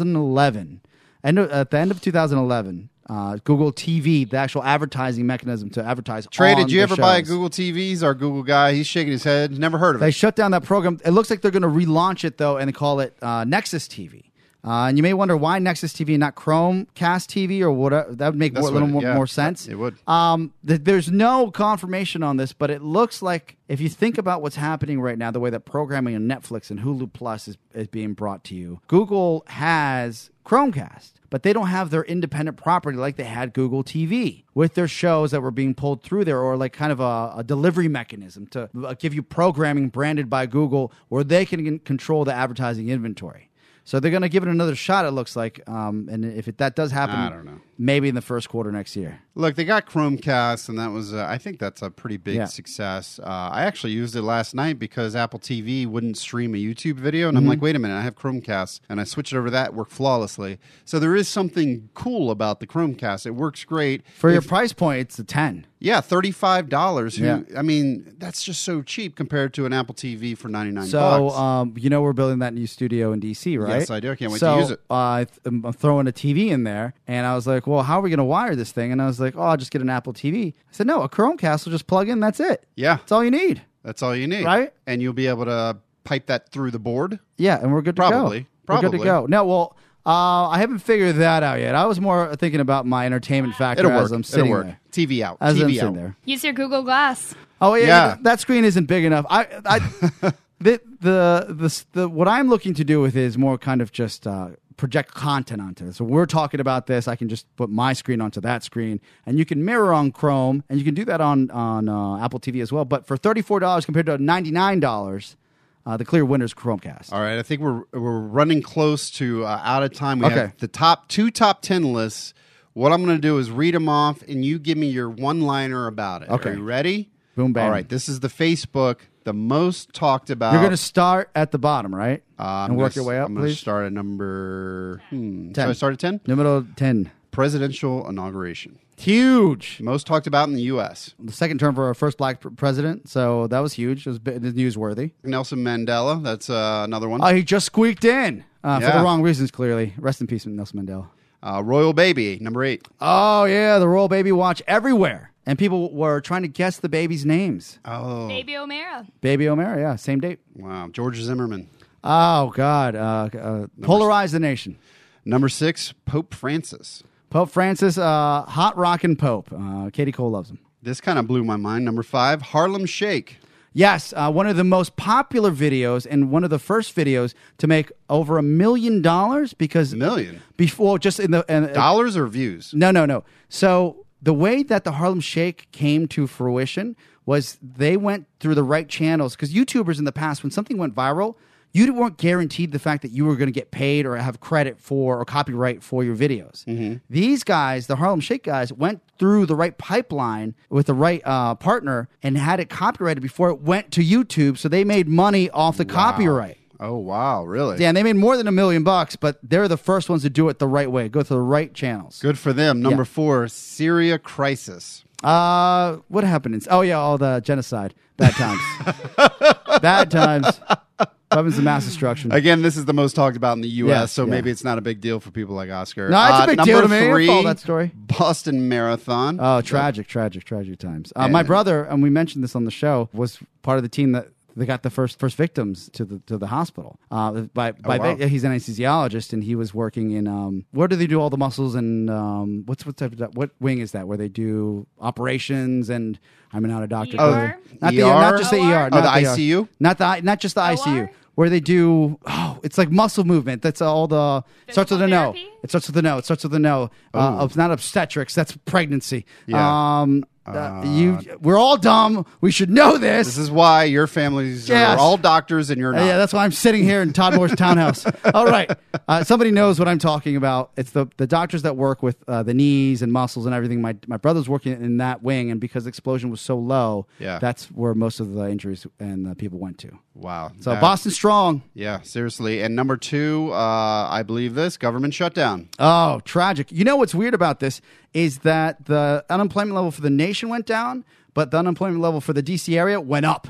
S1: 2011. And at the end of 2011, uh, Google TV, the actual advertising mechanism to advertise.
S2: Trey,
S1: on
S2: did you
S1: the
S2: ever buy a
S1: shows.
S2: Google TVs? Our Google guy, he's shaking his head. Never heard of
S1: They
S2: it.
S1: shut down that program. It looks like they're going to relaunch it though, and call it uh, Nexus TV. Uh, and you may wonder why Nexus TV, and not Chromecast TV, or whatever. That would make
S2: That's
S1: more- a little
S2: what-
S1: more,
S2: yeah,
S1: more sense.
S2: it would.
S1: Um, th- there's no confirmation on this, but it looks like if you think about what's happening right now, the way that programming on Netflix and Hulu Plus is, is being brought to you, Google has Chromecast, but they don't have their independent property like they had Google TV with their shows that were being pulled through there, or like kind of a, a delivery mechanism to uh, give you programming branded by Google where they can con- control the advertising inventory. So they're going to give it another shot. It looks like, um, and if it, that does happen,
S2: I don't know.
S1: Maybe in the first quarter next year.
S2: Look, they got Chromecast, and that was, uh, I think that's a pretty big
S1: Yeah.
S2: success. Uh, I actually used it last night because Apple TV wouldn't stream a YouTube video, and I'm
S1: Mm-hmm.
S2: like, wait a minute, I have Chromecast, and I switched over to that, worked flawlessly. So there is something cool about the Chromecast. It works great.
S1: For
S2: If-
S1: your price point, it's a ten.
S2: Yeah, thirty-five dollars.
S1: Yeah.
S2: I mean, that's just so cheap compared to an Apple TV for ninety-nine.
S1: So
S2: bucks.
S1: um, you know we're building that new studio in DC, right?
S2: I do. I can't wait to
S1: So,
S2: use it.
S1: Uh, I th- I'm I'm throwing a TV in there, and I was like, "Well, how are we going to wire this thing?" And I was like, "Oh, I'll just get an Apple TV." I said, "No, a Chromecast will just plug in. That's it.
S2: yeah,
S1: That's all you need."
S2: that's all you need,
S1: Right?
S2: And you'll be able to pipe that through the board.
S1: Yeah, and we're good to
S2: Probably.
S1: go. We're good to
S2: Probably.
S1: go. No, well, uh, I haven't figured that out yet. I was more thinking about my entertainment factor
S2: It'll
S1: as
S2: work.
S1: I'm
S2: It'll
S1: sitting
S2: work.
S1: there.
S2: TV out.
S1: As
S2: TV
S1: I'm
S2: out.
S1: sitting there.
S5: Use your Google Glass.
S1: Oh yeah,
S2: Yeah.
S1: th- that screen isn't big enough. I, I, the, the, the, the, what I'm looking to do with it is more kind of just uh, project content onto it. So we're talking about this. I can just put my screen onto that screen, and you can mirror on Chrome, and you can do that on on uh, Apple TV as well. But for thirty four dollars compared to ninety nine dollars, uh, the clear winner's Chromecast.
S2: All right, I think we're we're running close to uh, out of time. We
S1: Okay.
S2: have the top two top ten lists. What I'm going to do is read them off, and you give me your one liner about it.
S1: Okay.
S2: Are you ready?
S1: Boom, bam.
S2: All right, this is the Facebook, the most talked about.
S1: You're going to start at the bottom, right?
S2: Uh, I'm
S1: and work your
S2: gonna s-
S1: way up,
S2: I'm gonna
S1: please.
S2: start at number. Hmm,
S1: Ten.
S2: Should I start at ten?
S1: Numero ten.
S2: presidential inauguration,
S1: Huge.
S2: most talked about in the U.S.
S1: The second term for our first black pr- president, so that was huge. It was bi- newsworthy.
S2: Nelson Mandela, that's uh, another one.
S1: Oh, he just squeaked in uh, for
S2: Yeah.
S1: the wrong reasons. Clearly, rest in peace, Nelson Mandela.
S2: Uh, Royal Baby, number eight.
S1: Oh yeah, the royal baby watch everywhere, and people were trying to guess the baby's names.
S2: Oh,
S5: Baby O'Mara.
S1: Baby O'Mara, yeah, same date.
S2: wow. George Zimmerman.
S1: Oh God, uh, uh, polarize the nation.
S2: Number six, Pope Francis.
S1: Pope Francis, uh, hot rockin' Pope. Uh, Katie Cole loves him.
S2: This kind of blew my mind. Number five, Harlem Shake.
S1: Yes, uh, one of the most popular videos and one of the first videos to make over a million dollars because
S2: Million
S1: before just in the and,
S2: dollars or views?
S1: No, no, no. So the way that the Harlem Shake came to fruition was they went through the right channels because YouTubers in the past, when something went viral, you weren't guaranteed the fact that you were going to get paid or have credit for or copyright for your videos. These guys, the Harlem Shake guys, went through the right pipeline with the right uh, partner and had it copyrighted before it went to YouTube. So they made money off the copyright.
S2: Oh wow, really?
S1: Yeah, and they made more than a million bucks, but they're the first ones to do it the right way, go through the right channels.
S2: Good for them. Number four, Syria crisis.
S1: Uh, what happened? In, oh yeah, all the genocide, bad times, bad times, weapons of mass destruction.
S2: Again, this is the most talked about in the U.S.,
S1: Yeah,
S2: so
S1: yeah.
S2: maybe it's not a big deal for people like Oscar. Uh,
S1: No, it's a big
S2: number
S1: deal to me. I
S2: Three,
S1: follow that story.
S2: Boston Marathon.
S1: oh, tragic, tragic, tragic times. Uh, my
S2: And-
S1: brother, and we mentioned this on the show, was part of the team that. They got the first first victims to the to the hospital. Uh, by by
S2: Oh, wow.
S1: yeah, he's an anesthesiologist and he was working in um, where do they do all the muscles and um, what's what type of that, what wing is that where they do operations and I'm not a
S2: E
S1: doctor.
S5: Oh,
S1: clearly. not the
S2: ER?
S1: not just the ER,
S5: Oh,
S1: not
S2: the
S1: ER.
S2: ICU?
S1: not the not just the ICU, where they do oh, it's like muscle movement. That's all the starts with a no.
S5: therapy?
S1: It starts with a no. It starts with a no. Uh, it's not obstetrics. That's pregnancy.
S2: Yeah.
S1: Um, uh, you, we're all dumb. We should know this.
S2: This is why your families
S1: Yes.
S2: are all doctors and you're
S1: Uh,
S2: not.
S1: yeah, that's why I'm sitting here in Todd Moore's townhouse. All right, uh, somebody knows what I'm talking about. It's the the doctors that work with uh, the knees and muscles and everything. My my brother's working in that wing, and because the explosion was so low,
S2: Yeah.
S1: that's where most of the injuries and the people went to.
S2: wow.
S1: So
S2: That-
S1: Boston strong.
S2: Yeah, seriously. And number two, uh, I believe this government shutdown.
S1: Oh, tragic. You know what's weird about this is that the unemployment level for the nation went down, but the unemployment level for the DC area went up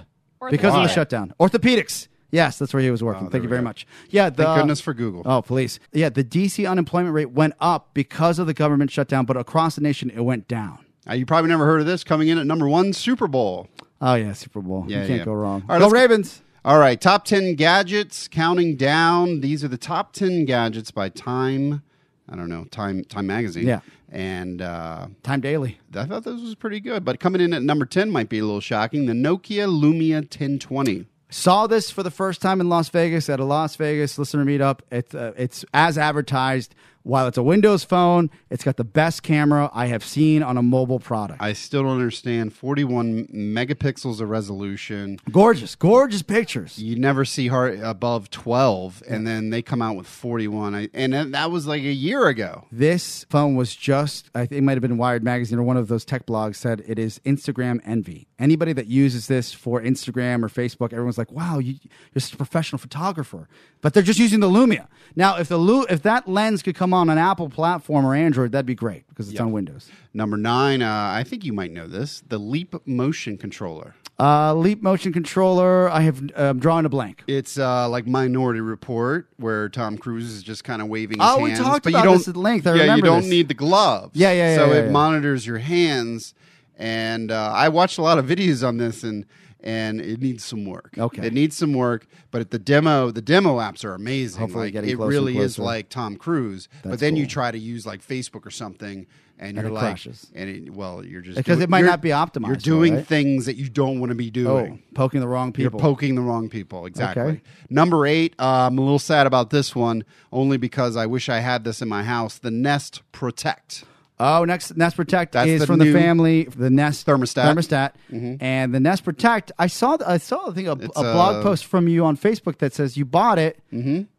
S1: because of the
S5: Orthopedic.
S1: shutdown. Orthopedics. Yes, that's where he was
S2: Oh,
S1: working. Thank you very much. Yeah, the,
S2: Thank goodness for Google.
S1: Oh, please. Yeah, the DC unemployment rate went up because of the government shutdown, but across the nation it went down.
S2: Uh, you probably never heard of this. Coming in at number one, Super Bowl.
S1: Oh yeah, Super Bowl.
S2: Yeah,
S1: you can't
S2: yeah.
S1: go wrong.
S2: All right,
S1: go
S2: let's-
S1: Ravens.
S2: All right, top 10 gadgets counting down. These are the top 10 gadgets by Time. I don't know, Time Time Magazine.
S1: Yeah.
S2: And uh,
S1: Time daily.
S2: I thought this was pretty good, but coming in at number 10 might be a little shocking. The Nokia Lumia 1020.
S1: Saw this for the first time in Las Vegas at a Las Vegas listener meetup. It's uh, it's as advertised. While it's a Windows phone, it's got the best camera I have seen on a mobile product.
S2: I still don't understand 41 megapixels of resolution.
S1: gorgeous, gorgeous pictures.
S2: You never see hard above 12, and then they come out with 41. I, and that- that was like a year ago.
S1: This phone was just, I think it might have been Wired Magazine or one of those tech blogs said it is Instagram envy. Anybody that uses this for Instagram or Facebook, everyone's like, wow, you, you're such a professional photographer. But they're just using the Lumia. Now, if, the Lu- if that lens could come on an Apple platform or Android, that'd be great because it's on Windows.
S2: Number nine, uh, I think you might know this the Leap Motion Controller.
S1: Uh, Leap motion controller. I have um, drawn a blank.
S2: It's uh, like Minority Report, where Tom Cruise is just kind of waving. His
S1: Oh, we
S2: hands,
S1: talked
S2: but you
S1: about
S2: don't-
S1: this at length. I
S2: yeah,
S1: remember
S2: you don't
S1: this.
S2: need the gloves.
S1: Yeah, yeah, yeah,
S2: So
S1: yeah,
S2: it
S1: yeah.
S2: monitors your hands, and uh, I watched a lot of videos on this, and and it needs some work.
S1: Okay.
S2: it needs some work. But at the demo, the demo apps are amazing.
S1: Hopefully
S2: like,
S1: getting
S2: it
S1: closer and
S2: really is
S1: closer.
S2: like Tom Cruise. but
S1: That's
S2: then you
S1: cool.
S2: try to use like Facebook or something, and, you're
S1: it
S2: like,
S1: crashes.
S2: and it, well, you're just
S1: Because
S2: doing-
S1: it might
S2: you're-
S1: not be optimized for
S2: You're
S1: it,
S2: doing
S1: right?
S2: things that you don't want to be doing.
S1: Oh, poking the wrong people.
S2: You're poking the wrong people. Exactly.
S1: Okay.
S2: Number eight, uh, I'm a little sad about this one only because I wish I had this in my house. The Nest Protect.
S1: Oh, next Nest Protect
S2: That's
S1: is
S2: the
S1: from
S2: new
S1: the family, the Nest
S2: thermostat. Mm-hmm.
S1: thermostat, and the Nest Protect. I saw, I saw, I think a, a
S2: It's,
S1: blog
S2: uh, Mm-hmm.
S1: post from you on Facebook that says you bought it,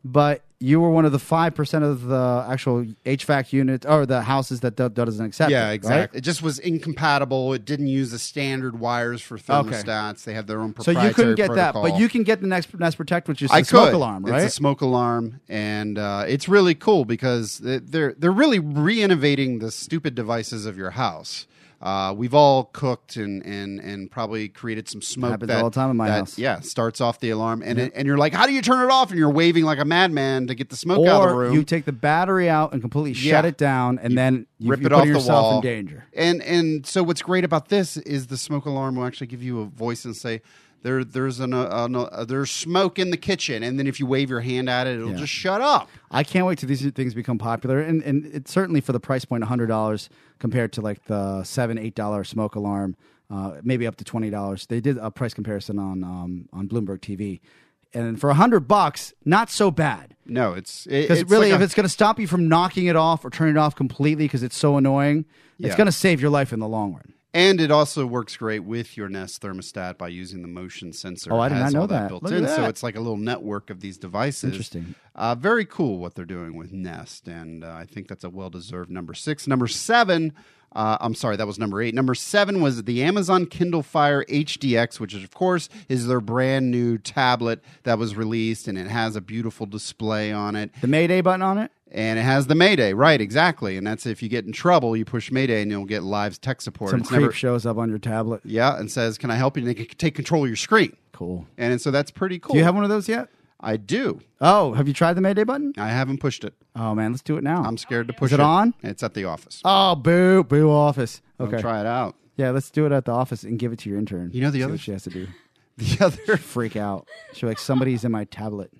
S1: but you were one of the five percent of the actual HVAC units or the houses that do- doesn't accept. it,
S2: Yeah,
S1: right?
S2: exactly. It just was incompatible. It didn't use the standard wires for thermostats. They have their own
S1: So
S2: proprietary
S1: you couldn't get
S2: protocol.
S1: that, but you can get the next Nest Protect, which is the
S2: I
S1: smoke
S2: could.
S1: alarm, right?
S2: It's a smoke alarm, and uh, it's really cool because th- they're they're really re-innovating the stupid devices of your house. Uh, we've all cooked and and and probably created some smoke
S1: Happens
S2: that-
S1: all the time in my
S2: that,
S1: house.
S2: Yeah, starts off the alarm, and it, and you're like, how do you turn it off? And you're waving like a madman to get the smoke out of the
S1: or
S2: room.
S1: you take the battery out and completely shut
S2: Yeah.
S1: it down, and then you,
S2: rip
S1: you
S2: it
S1: put
S2: off the
S1: yourself
S2: wall.
S1: in danger.
S2: And and so what's great about this is the smoke alarm will actually give you a voice and say there there's an, uh, an uh, there's smoke in the kitchen, and then if you wave your hand at it, it'll
S1: Yeah.
S2: just shut up.
S1: I can't wait till these things become popular, and and it's certainly for the price point, hundred dollars compared to like the seven eight dollar smoke alarm, uh, maybe up to twenty dollars. They did a price comparison on um, on Bloomberg TV, and for hundred bucks, not so bad.
S2: No, it's it,
S1: Because really,
S2: like
S1: if
S2: a-
S1: it's going to stop you from knocking it off or turning it off completely because it's so annoying, it's
S2: Yeah.
S1: going to save your life in the long run.
S2: and it also works great with your Nest thermostat by using the motion sensor.
S1: Oh, I
S2: It
S1: did not
S2: has
S1: know
S2: all
S1: that.
S2: built
S1: Look at
S2: in, so
S1: that.
S2: it's like a little network of these devices.
S1: Interesting.
S2: Uh, very cool what they're doing with Nest, and uh, I think that's a well deserved number six. Number seven. Uh, I'm sorry, that was number eight. Number seven was the Amazon Kindle Fire HDX, which is, of course, is their brand new tablet that was released, and it has a beautiful display on it
S1: The Mayday button on it.
S2: and it has the Mayday, right? Exactly, and that's if you get in trouble, you push Mayday, and you'll get live tech support.
S1: Some
S2: it's
S1: creep
S2: never,
S1: shows up on your tablet.
S2: yeah, and says, "Can I help you?" And they can take control of your screen,
S1: Cool.
S2: and so that's pretty cool.
S1: Do you have one of those yet?
S2: I do.
S1: Oh, have you tried the Mayday button?
S2: I haven't pushed it.
S1: Oh man, let's do it now.
S2: I'm scared to push
S1: Is it on?
S2: It's at the office.
S1: oh boo, boo office. Okay,
S2: I'll try it out.
S1: yeah, let's do it at the office and give it to your intern.
S2: You know the
S1: See
S2: other-
S1: what she has to do.
S2: The other,
S1: Freak out. She's like, somebody's in my tablet.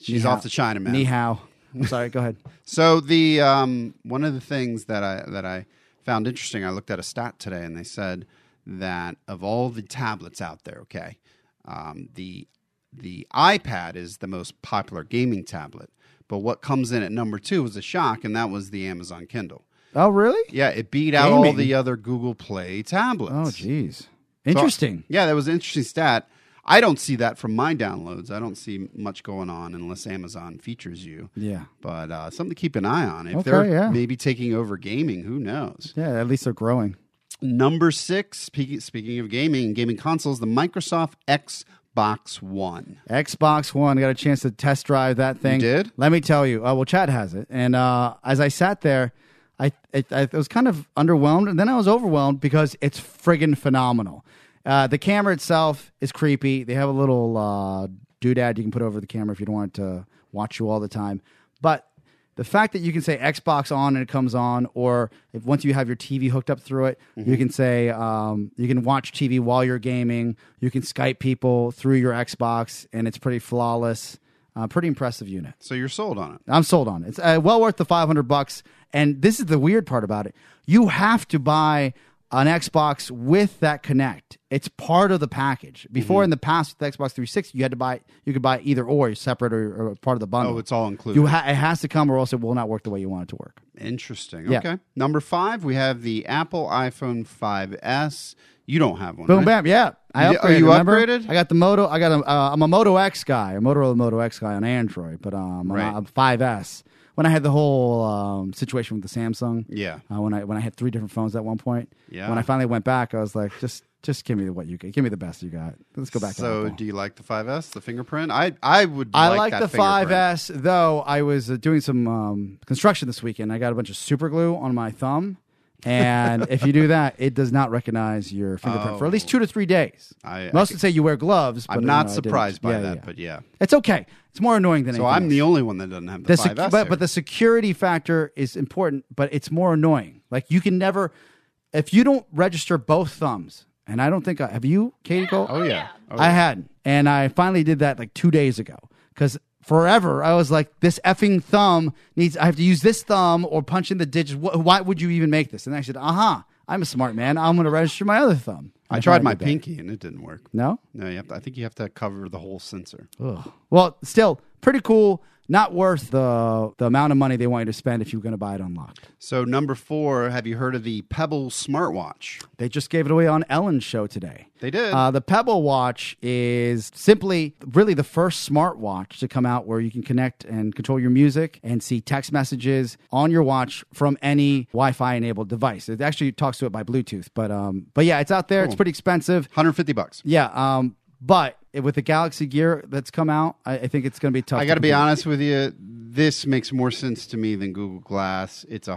S2: she's
S1: Ni hao.
S2: off to China, man.
S1: Ni hao. I'm sorry. Go ahead.
S2: So the um, one of the things that I that I found interesting, I looked at a stat today, and they said that of all the tablets out there, okay, um, the the iPad is the most popular gaming tablet, but what comes in at number two was a shock, and that was the Amazon Kindle.
S1: Oh really?
S2: Yeah, it beat out all
S1: Gaming?
S2: the other Google Play tablets.
S1: Oh jeez.
S2: So-
S1: Interesting.
S2: yeah, that was an interesting stat. I don't see that from my downloads. I don't see much going on unless Amazon features you
S1: yeah.
S2: but uh, something to keep an eye on. If
S1: Okay,
S2: they're
S1: yeah.
S2: maybe taking over gaming, who knows?
S1: Yeah. At least they're growing.
S2: Number six, speaking, speaking of gaming and gaming consoles, the Microsoft Xbox One.
S1: Xbox One. I got a chance to test drive that thing.
S2: did?
S1: Let me tell you. Uh, well, Chad has it, and uh, as I sat there, I it, I was kind of underwhelmed, and then I was overwhelmed because it's friggin' phenomenal. Uh, the camera itself is creepy. They have a little uh, doodad you can put over the camera if you don't want it to watch you all the time, but the fact that you can say Xbox on and it comes on, or if once you have your TV hooked up through it, you can say um, you can watch TV while you're gaming. You can Skype people through your Xbox, and it's pretty flawless. Uh, pretty impressive unit.
S2: So you're sold on it.
S1: I'm sold on it. It's uh, well worth the 500 bucks. And this is the weird part about it: you have to buy an Xbox with that Connect. It's part of the package.
S2: Mm-hmm.
S1: Before in the past with the Xbox 360, you had to buy you could buy either or separate or, or part of the bundle.
S2: Oh, it's all included.
S1: You ha- it has to come, or else it will not work the way you want it to work.
S2: Interesting.
S1: Yeah.
S2: Okay. Number five, we have the Apple iPhone 5S. You don't have one.
S1: Boom,
S2: right?
S1: bam, yeah. I
S2: You-
S1: upgraded,
S2: are you
S1: remember?
S2: upgraded?
S1: I got the Moto. I got a. Uh, I'm a Moto X guy. A Motorola Moto X guy on Android, but um,
S2: Right.
S1: I'm, I'm 5S. When I had the whole um, situation with the Samsung,
S2: Yeah.
S1: Uh, when I when I had three different phones at one point,
S2: Yeah.
S1: When I finally went back, I was like, just just give me what you got. Give me the best you got. Let's go back. to
S2: So
S1: Apple.
S2: do you like the 5S, the fingerprint? I I would.
S1: I
S2: like,
S1: like,
S2: that
S1: the
S2: fingerprint.
S1: 5S, though. I was uh, doing some um, construction this weekend. I got a bunch of super glue on my thumb. And if you do that, it does not recognize your fingerprint for at least two to three days.
S2: I- I
S1: Most would say you wear gloves. But
S2: I'm
S1: no,
S2: not
S1: no, I didn't.
S2: surprised by
S1: Yeah,
S2: that,
S1: yeah.
S2: but yeah.
S1: it's okay. It's more annoying than
S2: So
S1: anything.
S2: I'm the
S1: else.
S2: only one that doesn't have the,
S1: The
S2: 5S.
S1: sec- but,
S2: here.
S1: but the security factor is important, but it's more annoying. Like you can never, if you don't register both thumbs, and I don't think I have you, Katie Cole.
S2: oh yeah. Oh,
S1: I hadn't. And I finally did that like two days ago because forever I was like, this effing thumb needs, I have to use this thumb or punch in the digits. Wh- why would you even make this? And I said, aha, I'm a smart man. I'm going to register my other thumb.
S2: I
S1: And
S2: tried
S1: finally
S2: my
S1: did that.
S2: pinky and it didn't work.
S1: No? Oh.
S2: No, you have to, I think you have to cover the whole sensor.
S1: Ugh. Well, still, Pretty cool. Not worth the the amount of money they want you to spend if you're going to buy it unlocked.
S2: So number four, have you heard of the Pebble smartwatch?
S1: They just gave it away on Ellen's show today.
S2: They did.
S1: Uh, the Pebble watch is simply really the first smartwatch to come out where you can connect and control your music and see text messages on your watch from any Wi-Fi enabled device. It actually talks to it by Bluetooth, but um, but yeah, it's out there. It's pretty expensive.
S2: 150 bucks.
S1: Yeah, um, but it- with the Galaxy Gear that's come out, I, I think it's going to be tough.
S2: I
S1: to
S2: got to be
S1: compete.
S2: honest with you. This makes more sense to me than Google Glass. It's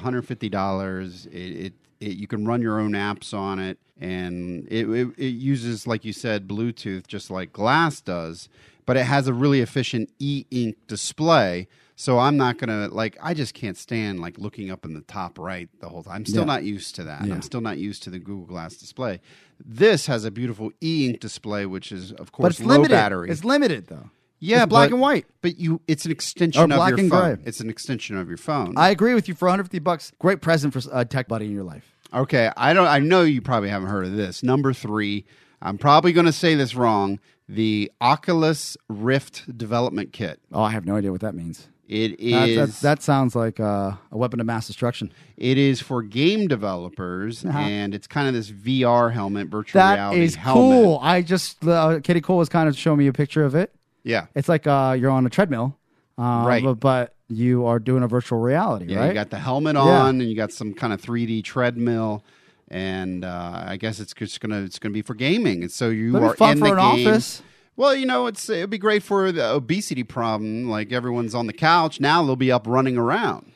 S2: $150. It, it, it you can run your own apps on it, and it, it it uses like you said Bluetooth, just like Glass does. But it has a really efficient e-ink display. So I'm not gonna like. I just can't stand like looking up in the top right the whole time. I'm still not used to that. I'm still not used to the Google Glass display. This has a beautiful e-ink display, which is of
S1: But
S2: course
S1: it's
S2: low
S1: limited.
S2: battery.
S1: It's limited though.
S2: Yeah,
S1: It's black
S2: but-
S1: and white.
S2: But you, it's an extension
S1: Or
S2: of
S1: black
S2: your
S1: and
S2: phone.
S1: gray.
S2: It's an extension of your phone.
S1: I agree with you for 150 bucks. Great present for a tech buddy in your life.
S2: okay, I don't. I know you probably haven't heard of this. Number three, I'm probably going to say this wrong. The Oculus Rift development kit.
S1: Oh, I have no idea what that means.
S2: It
S1: That,
S2: is
S1: that, that sounds like uh, a weapon of mass destruction.
S2: it is for game developers, and it's kind of this VR helmet, virtual
S1: Uh-huh. That
S2: reality
S1: is
S2: helmet.
S1: cool. I just uh, Katie Cole was kind of showing me a picture of it.
S2: Yeah,
S1: It's like uh, you're on a treadmill, uh,
S2: Right.
S1: But, but you are doing a virtual reality,
S2: yeah.
S1: right?
S2: You got the helmet on, and you got some kind of 3D treadmill. And uh, I guess it's just gonna it's gonna be for gaming, and so you
S1: That'd be
S2: are
S1: fun
S2: in
S1: for
S2: the
S1: an
S2: game.
S1: office.
S2: Well, you know, it's it'd be great for the obesity problem. Like everyone's on the couch now, they'll be up running around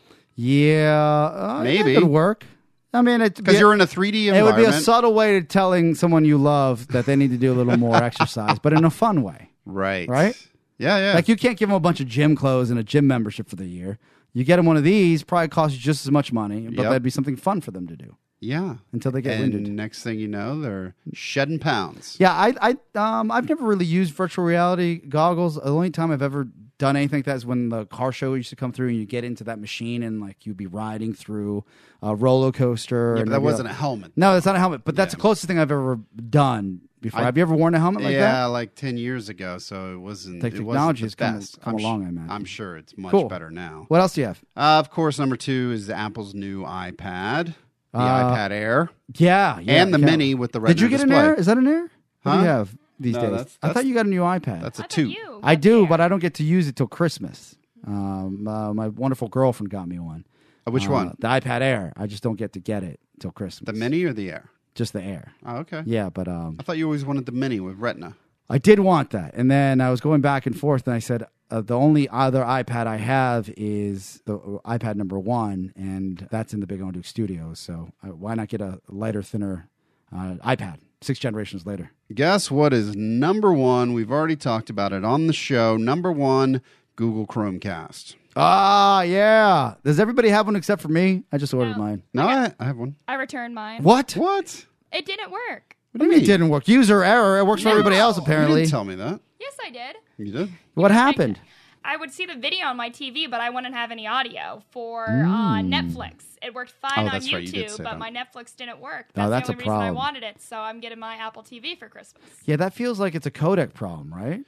S1: yeah, uh,
S2: Maybe.
S1: it could work. I mean, it
S2: because you're in a 3D
S1: it would
S2: environment.
S1: be a subtle way to telling someone you love that they need to do a little more exercise, but in a fun way.
S2: right,
S1: right?
S2: Yeah, yeah.
S1: Like you can't give them a bunch of gym clothes and a gym membership for the year. You get them one of these, probably costs you just as much money, but
S2: Yep.
S1: that'd be something fun for them to do.
S2: yeah.
S1: Until they get
S2: and
S1: winded.
S2: next thing you know, they're shedding pounds.
S1: Yeah, I, I, um, I've never really used virtual reality goggles. The only time I've ever done anything like that is when the car show used to come through and you get into that machine and like you'd be riding through a roller coaster.
S2: Yeah, but
S1: and
S2: that
S1: it'd be
S2: wasn't a
S1: like-
S2: helmet.
S1: no, that's not a helmet, but that's the closest thing I've ever done before. Have you ever worn a helmet like
S2: yeah,
S1: that?
S2: like ten years ago, so it wasn't.
S1: Like
S2: it wasn't
S1: technology
S2: the
S1: has come-
S2: best.
S1: come
S2: I'm
S1: along, I imagine.
S2: am I'm sure it's much
S1: Cool.
S2: better now.
S1: What else do you have?
S2: Uh, of course, number two is Apple's new iPad, the iPad Air,
S1: Yeah, Uh, yeah
S2: and the
S1: yeah.
S2: Mini with the Retina
S1: Did you get
S2: display.
S1: an air? Is that an air? What do
S2: Huh?
S1: you have these
S2: No,
S1: days?
S2: that's-
S1: I thought
S2: that's-
S1: you got a new iPad.
S2: That's a
S5: I thought
S2: two.
S5: you
S1: I
S5: got
S1: do,
S5: there.
S1: but I don't get to use it till Christmas. Um, uh, my wonderful girlfriend got me one.
S2: Uh, Which
S1: Uh,
S2: one?
S1: The iPad Air. I just don't get to get it till Christmas.
S2: The Mini or the Air?
S1: Just the Air.
S2: Oh, okay.
S1: Yeah, but um,
S2: I thought you always wanted the mini with retina.
S1: I did want that, and then I was going back and forth, and I said uh, the only other iPad I have is the uh, iPad number one, and that's in the Big Duke Studios. So uh, why not get a lighter, thinner uh, iPad? Six generations later.
S2: Guess what is number one? We've already talked about it on the show. Number one, Google Chromecast.
S1: Ah, yeah. Does everybody have one except for me? I just ordered mine.
S2: No, I, I have one.
S5: I returned mine.
S1: What? What
S2: What?
S5: It didn't work.
S1: do you mean it didn't work? User error. It works for everybody else,
S2: You
S1: apparently.
S2: didn't tell me that.
S5: Yes, I did.
S2: You did.
S1: What happened?
S5: I would see the video on my TV, but I wouldn't have any audio for uh, Netflix. It worked fine
S2: Oh,
S5: on
S2: that's right, you did
S5: YouTube,
S2: say
S5: but
S2: that.
S5: my Netflix didn't work.
S1: Oh,
S5: That's,
S1: that's a
S5: the only reason I
S1: problem.
S5: wanted it, so I'm getting my Apple TV for Christmas.
S1: Yeah, that feels like it's a codec problem, right?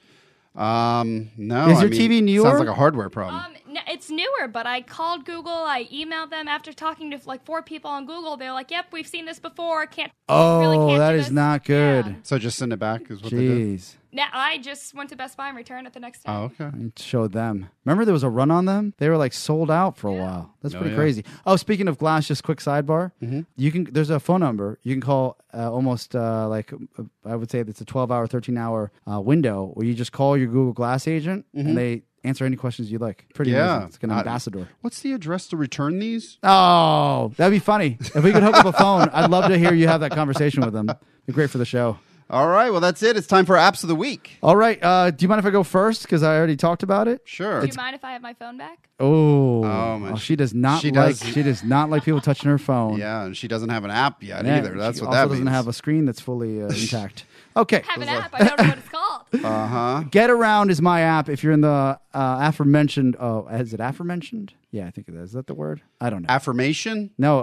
S2: Um, no.
S1: Is
S2: I
S1: your
S2: mean,
S1: TV newer?
S2: Sounds like a hardware problem.
S5: Um, n it's newer, but I called Google. I emailed them after talking to like four people on Google. They're like, "Yep, we've seen this before. Can't." really
S1: Oh,
S5: can't
S1: that
S5: do
S1: is
S5: this."
S1: not good.
S5: Yeah.
S2: so just send it back is what they did.
S1: Jeez.
S5: Now I just went to Best Buy and returned it the next day.
S2: Oh, okay.
S1: It showed them. Remember there was a run on them? They were like sold out for a while. That's pretty
S2: yeah. Mm-hmm.
S1: crazy. Oh, speaking of glass, just quick sidebar. You can there's a phone number you can call uh, almost uh, like uh, I would say it's a 12 hour, 13 hour uh, window where you just call your Google Glass agent and they answer any questions you like. Pretty
S2: Mm-hmm. Yeah.
S1: amazing. It's like an
S2: I-
S1: ambassador.
S2: What's the address to return these?
S1: Oh, that'd be funny if we could hook up a phone. I'd love to hear you have that conversation with them. Be great for the show.
S2: All right. Well, that's it. It's time for apps of the week.
S1: All right, uh, do you mind if I go first because I already talked about it?
S2: Sure.
S5: Do you mind if I have my phone back?
S1: Oh,
S2: Oh, my-
S1: Oh, she does not
S2: she
S1: like
S2: does-
S1: she does not like people touching her phone.
S2: yeah, and she doesn't have an app yet
S1: Yeah,
S2: either. That's
S1: she
S2: what
S1: also
S2: that
S1: doesn't
S2: means.
S1: have a screen that's fully uh, intact. Okay,
S5: Have an app. I don't know what it's called.
S2: uh huh.
S1: Get Around is my app. If you're in the uh, aforementioned, oh, is it aforementioned? Yeah, I think it is. Is that the word? I don't know.
S2: Affirmation.
S1: No,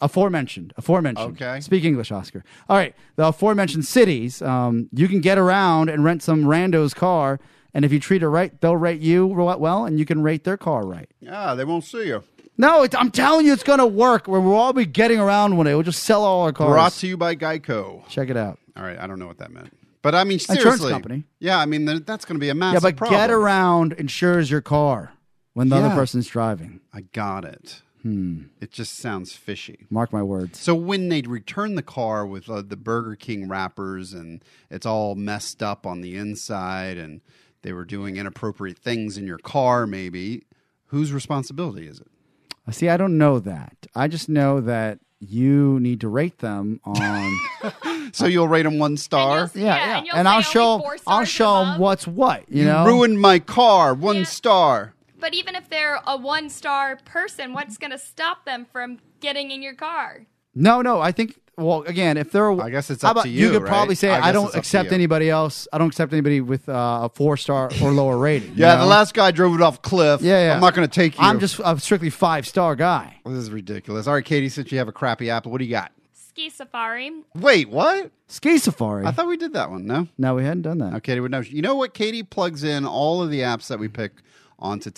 S1: uh, aforementioned. Aforementioned.
S2: Okay.
S1: Speak English, Oscar. All right. The aforementioned cities, um, you can get around and rent some rando's car And if you treat her right, they'll rate you well, and you can rate their car right.
S2: Yeah, they won't see you.
S1: No, Oh, it's, I'm telling you, it's going to work. We'll, we'll all be getting around one day. We'll just sell all our cars.
S2: Brought to you by Geico.
S1: Check it out.
S2: All right, I don't know what that meant, but I mean
S1: Insurance
S2: seriously,
S1: company.
S2: Yeah, I mean th- that's going to be a
S1: yeah,
S2: massive.
S1: but
S2: problem.
S1: get around insures your car when the
S2: Yeah.
S1: other person's driving.
S2: I got it.
S1: Hmm.
S2: It just sounds fishy.
S1: Mark my words.
S2: So when they return the car with uh, the Burger King wrappers and it's all messed up on the inside and they were doing inappropriate things in your car, maybe whose responsibility is it?
S1: Uh, See, I don't know that. I just know that you need to rate them on.
S2: So you'll rate them one star.
S5: And you'll- Yeah, and you'll say
S1: I'll
S5: only
S1: show
S5: four
S1: I'll
S5: stars
S1: show
S5: and
S1: them
S5: above.
S1: what's what. You,
S2: You
S1: know,
S2: ruined my car. One
S5: Yeah.
S2: star.
S5: But even if they're a one star person, what's going to stop them from getting in your car?
S1: No, no. I think. Well, again, if there,
S2: I guess it's
S1: How
S2: up to
S1: about-
S2: you,
S1: could
S2: right?
S1: probably say
S2: I
S1: I,
S2: guess
S1: don't
S2: it's up to
S1: accept
S2: you."
S1: anybody else. I don't accept anybody with uh, a four star or lower rating. you
S2: Yeah,
S1: know?
S2: the last guy drove it off cliff.
S1: Yeah, yeah.
S2: I'm not going to take you.
S1: I'm just a strictly five star guy.
S2: This is ridiculous. All right, Katie, since you have a crappy apple, what do you got?
S5: Ski safari.
S2: Wait, what?
S1: Ski Safari.
S2: I thought we did that one. No.
S1: no, we hadn't done that.
S2: Now, Katie would know. You know what? Katie plugs in all of the apps that we pick onto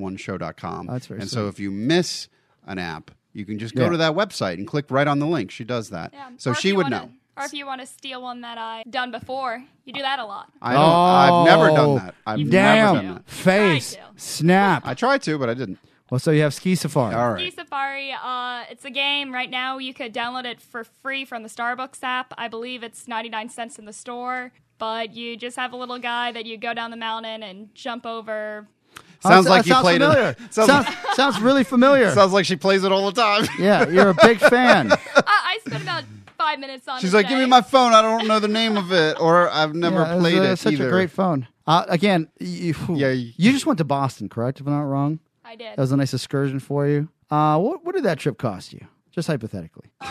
S2: tech411show.com.
S1: That's very
S2: And so if you miss an app, you can just go
S1: Yeah.
S2: to that website and click right on the link. She does that.
S5: Yeah.
S2: So
S5: Or if
S2: she
S5: you
S2: would
S5: wanna-
S2: know.
S5: Or if you want to steal one that I've done before, you do that a lot.
S2: I don't, I've never done that. I've
S1: Oh, damn
S2: never done that.
S1: face
S5: I do.
S1: snap.
S2: I tried to, but I didn't.
S1: Well, so you have Ski Safari.
S2: All
S5: Ski
S2: right.
S5: Safari, uh, it's a game. Right now, you could download it for free from the Starbucks app. I believe it's 99 cents in the store, but you just have a little guy that you go down the mountain and jump over.
S2: Sounds
S1: that
S2: like you
S1: Oh, uh, sounds
S2: played
S1: familiar.
S2: it. Sounds,
S1: sounds, sounds really familiar.
S2: sounds like she plays it all the time.
S1: yeah, you're a big fan.
S5: I, I spent about five minutes on
S2: She's
S5: it
S2: like, give me
S5: today.
S2: my phone. I don't know the name of it, or I've never
S1: Yeah, it's,
S2: played
S1: uh,
S2: it
S1: Such
S2: either.
S1: a great phone. Uh, again, you,
S2: Yeah, you-
S1: you, just went to Boston, correct? If I'm not wrong,
S5: I did.
S1: that was a nice excursion for you. Uh, what what did that trip cost you? Just hypothetically,
S5: Um,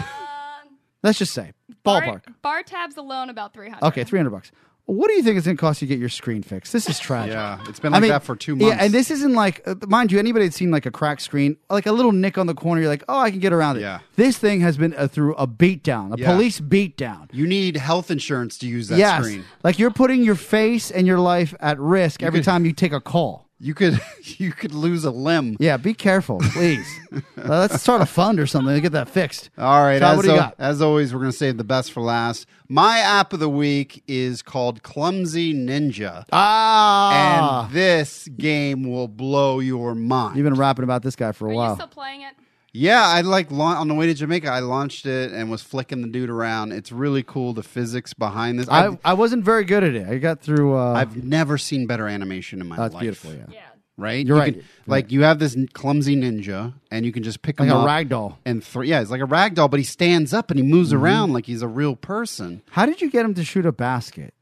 S1: let's just say ballpark.
S5: Bar, bar tabs alone about 300.
S1: Okay, three hundred bucks. What do you think it's going to cost you to get your screen fixed? This is tragic.
S2: Yeah, it's been like that for two months.
S1: Yeah, and this isn't like, uh, mind you, anybody that's seen like a cracked screen, like a little nick on the corner, you're like, oh, I can get around it.
S2: Yeah.
S1: This thing has been uh, through a beatdown, a
S2: Yeah.
S1: police beatdown.
S2: you need health insurance to use that
S1: Yes.
S2: screen.
S1: Like you're putting your face and your life at risk every
S2: could-
S1: time you take a call.
S2: You could you could lose a limb.
S1: Yeah, be careful, please. Uh, let's start a fund or something to get that fixed.
S2: All right.
S1: Todd,
S2: as,
S1: what do you
S2: al-
S1: got?
S2: as always, we're going to save the best for last. My app of the week is called Clumsy Ninja.
S1: Ah,
S2: And this game will blow your mind.
S1: you've been rapping about this guy for a
S5: Are
S1: while.
S5: you still playing it?
S2: yeah, I like laun- on the way to Jamaica, I launched it and was flicking the dude around. It's really cool the physics behind this.
S1: I,
S2: I've,
S1: I wasn't very good at it. I got through. Uh,
S2: I've never seen better animation in my
S1: that's
S2: life.
S1: beautiful. Yeah,
S5: Yeah.
S2: Right?
S1: You're
S2: You
S1: right.
S2: can- like you have this n- clumsy ninja and you can just pick
S1: like
S2: him
S1: a
S2: up
S1: rag doll.
S2: and throw yeah, it's like a rag doll, but he stands up and he moves
S1: Mm-hmm.
S2: around like he's a real person.
S1: How did you get him to shoot a basket?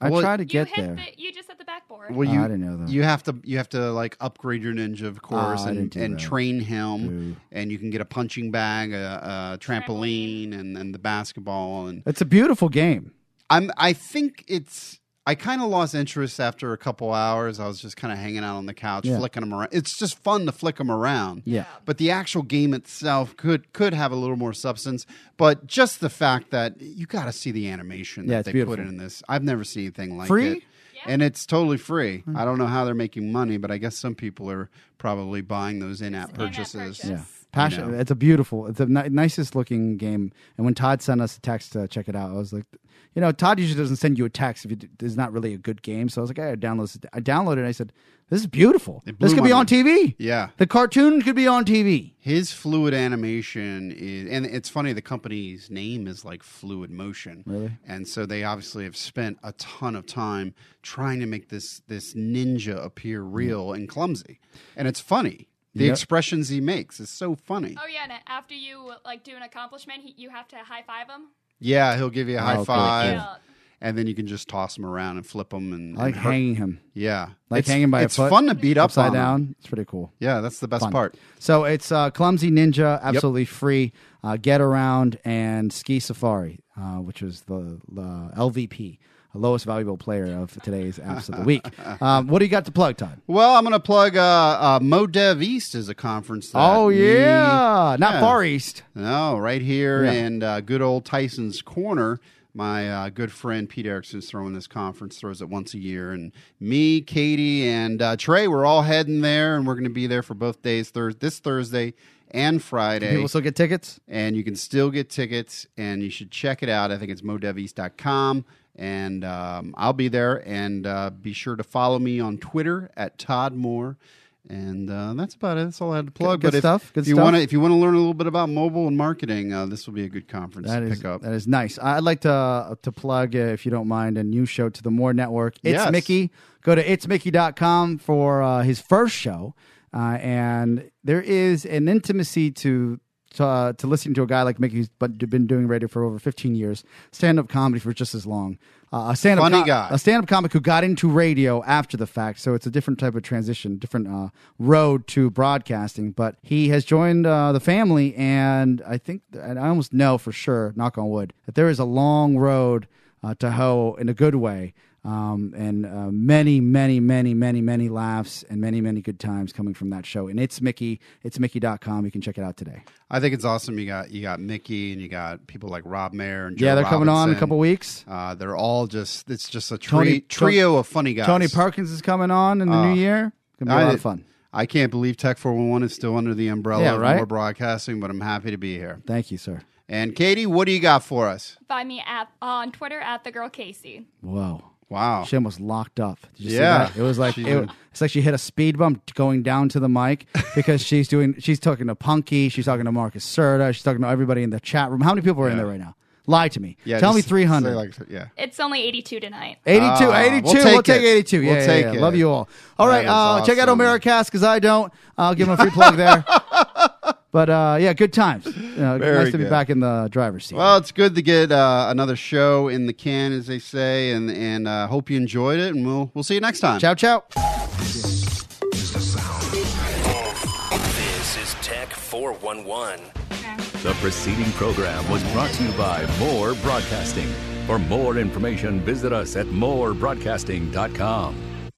S1: I
S2: Well,
S1: tried to
S5: You
S1: get
S5: hit
S1: there.
S5: The, you just hit the backboard.
S2: Well,
S1: Oh,
S2: you
S1: I didn't know that. Oh,
S2: You have to you have to like upgrade your ninja, of course,
S1: I didn't
S2: and,
S1: do
S2: and
S1: that.
S2: train him, and you can get a punching bag, a, a trampoline, and and the basketball. And
S1: It's a beautiful game.
S2: I'm I think it's I kind of lost interest after a couple hours. I was just kind of hanging out on the couch,
S1: Yeah.
S2: flicking them around. It's just fun to flick them around.
S1: Yeah.
S2: But the actual game itself could could have a little more substance, but just the fact that you got to see the animation that
S1: Yeah, it's
S2: they put
S1: beautiful.
S2: in this. I've never seen anything like
S1: Free? Hmm.
S2: it. And it's totally free. I don't know how they're making money, but I guess some people are probably buying those in-app
S5: in-app
S2: purchases.
S5: purchase.
S1: Yeah.
S5: Yes.
S1: Passion.
S2: know.
S1: It's a beautiful. It's the ni- nicest looking game. And when Todd sent us a text to check it out, I was like, you know, Todd usually doesn't send you a text if it is not really a good game. So I was like, I download. this. I downloaded. it. I said, this is beautiful.
S2: It blew
S1: This could
S2: my
S1: be on
S2: mind.
S1: TV.
S2: Yeah.
S1: The cartoon could be on TV.
S2: His fluid animation is, and it's funny. The company's name is like Fluid Motion, really, and so they obviously have spent a ton of time trying to make this this ninja appear
S1: Mm.
S2: real and clumsy, and it's funny. The
S1: Yep.
S2: expressions he makes is so funny.
S5: Oh yeah, and after you like do an accomplishment, he, you have to high five him.
S2: Yeah, he'll give you a high
S1: cool,
S2: five,
S5: Yeah.
S2: and then you can just toss him around and flip him and,
S1: I like
S2: and hurt-
S1: hanging him
S2: Yeah,
S1: Like
S2: It's-
S1: hanging by a
S2: It's
S1: foot,
S2: fun to beat up
S1: upside
S2: on him.
S1: down. It's pretty cool.
S2: Yeah, that's the best
S1: Fun.
S2: part.
S1: So it's uh, Clumsy Ninja, absolutely free. Uh, Get Around and Ski Safari, uh, which was the uh, LVP, the lowest valuable player of today's apps of the week. Um, what do you got to plug, Todd?
S2: Well, I'm going to plug uh, uh, MoDev East is a conference. That
S1: Oh
S2: we-
S1: yeah, not
S2: Yeah.
S1: Far East.
S2: No, right here
S1: Yeah.
S2: in uh, good old Tyson's Corner. my uh, good friend Pete Erickson's throwing this conference, throws it once a year. And me, Katie, and uh, Trey, we're all heading there, and we're going to be there for both days, thur- this Thursday and Friday.
S1: People still get tickets.
S2: and you can still get tickets, and you should check it out. I think it's modeveast.com. And um, I'll be there, and uh, be sure to follow me on Twitter at Todd Moore. And uh, that's about it. That's all I had to plug.
S1: Good- good
S2: but if-
S1: stuff.
S2: if,
S1: Good
S2: you
S1: stuff.
S2: want to, if you want to learn a little bit about mobile and marketing, uh, this will be a good conference
S1: That
S2: to
S1: is
S2: pick up.
S1: that is nice. I'd like to to plug, uh, if you don't mind, a new show to the More Network. It's
S2: Yes.
S1: Mickey. Go to itsmickey.com for uh, his first show, uh, and there is an intimacy to. To, uh, to listening to a guy like Mickey, who's but been doing radio for over 15 years, stand up comedy for just as long. Uh, a stand up
S2: Funny guy.
S1: a stand up comic who got into radio after the fact. So it's a different type of transition, different uh, road to broadcasting. But he has joined uh, the family, and I think, and I almost know for sure, knock on wood, that there is a long road uh, to hoe in a good way. Um, and uh, many, many, many, many, many laughs and many, many good times coming from that show. And it's Mickey. It's Mickey.com. You can check it out today.
S2: I think it's awesome. You got you got Mickey and you got people like Rob Mayer and Joe
S1: yeah, they're coming on in a
S2: Robinson.
S1: couple weeks.
S2: Uh, they're all just it's just a tri-
S1: Tony-
S2: trio of funny guys.
S1: Tony Perkins is coming on in the new year. Gonna be a
S2: Uh, I-
S1: lot of fun.
S2: I can't believe Tech Four One One is still under the umbrella
S1: Yeah,
S2: of
S1: right?
S2: more broadcasting, but I'm happy to be here.
S1: Thank you, sir.
S2: And Katie, what do you got for us?
S5: Find me at on Twitter at the girl Casey.
S1: Whoa.
S2: Wow,
S1: She almost locked up. Did you
S2: Yeah.
S1: see that? It was like
S2: She
S1: it,
S2: did.
S1: it's like she hit a speed bump going down to the mic because she's doing she's talking to Punky, she's talking to Marcus Serta, she's talking to everybody in the chat room. How many people are in there right now? Lie to me. Tell me
S2: just
S1: three hundred.
S2: say like- yeah.
S5: It's only 82 tonight.
S1: 82,
S2: Ah,
S1: 82. We'll
S2: we'll
S1: take,
S2: take it.
S1: 82. Yeah,
S2: We'll
S1: yeah,
S2: take
S1: yeah.
S2: it.
S1: Love you all. All
S2: That
S1: right, uh,
S2: is
S1: check out
S2: awesome.
S1: Omericast because I don't. I'll give him a free plug there. But uh, yeah, good times. Uh,
S2: Very
S1: nice to be
S2: good.
S1: back in the driver's seat.
S2: Well, it's good to get uh, another show in the can, as they say, and and uh, hope you enjoyed it. And we'll we'll see you next time.
S1: ciao, ciao.
S3: This is Tech 411.
S4: The preceding program was brought to you by More Broadcasting. For more information, visit us at morebroadcasting.com.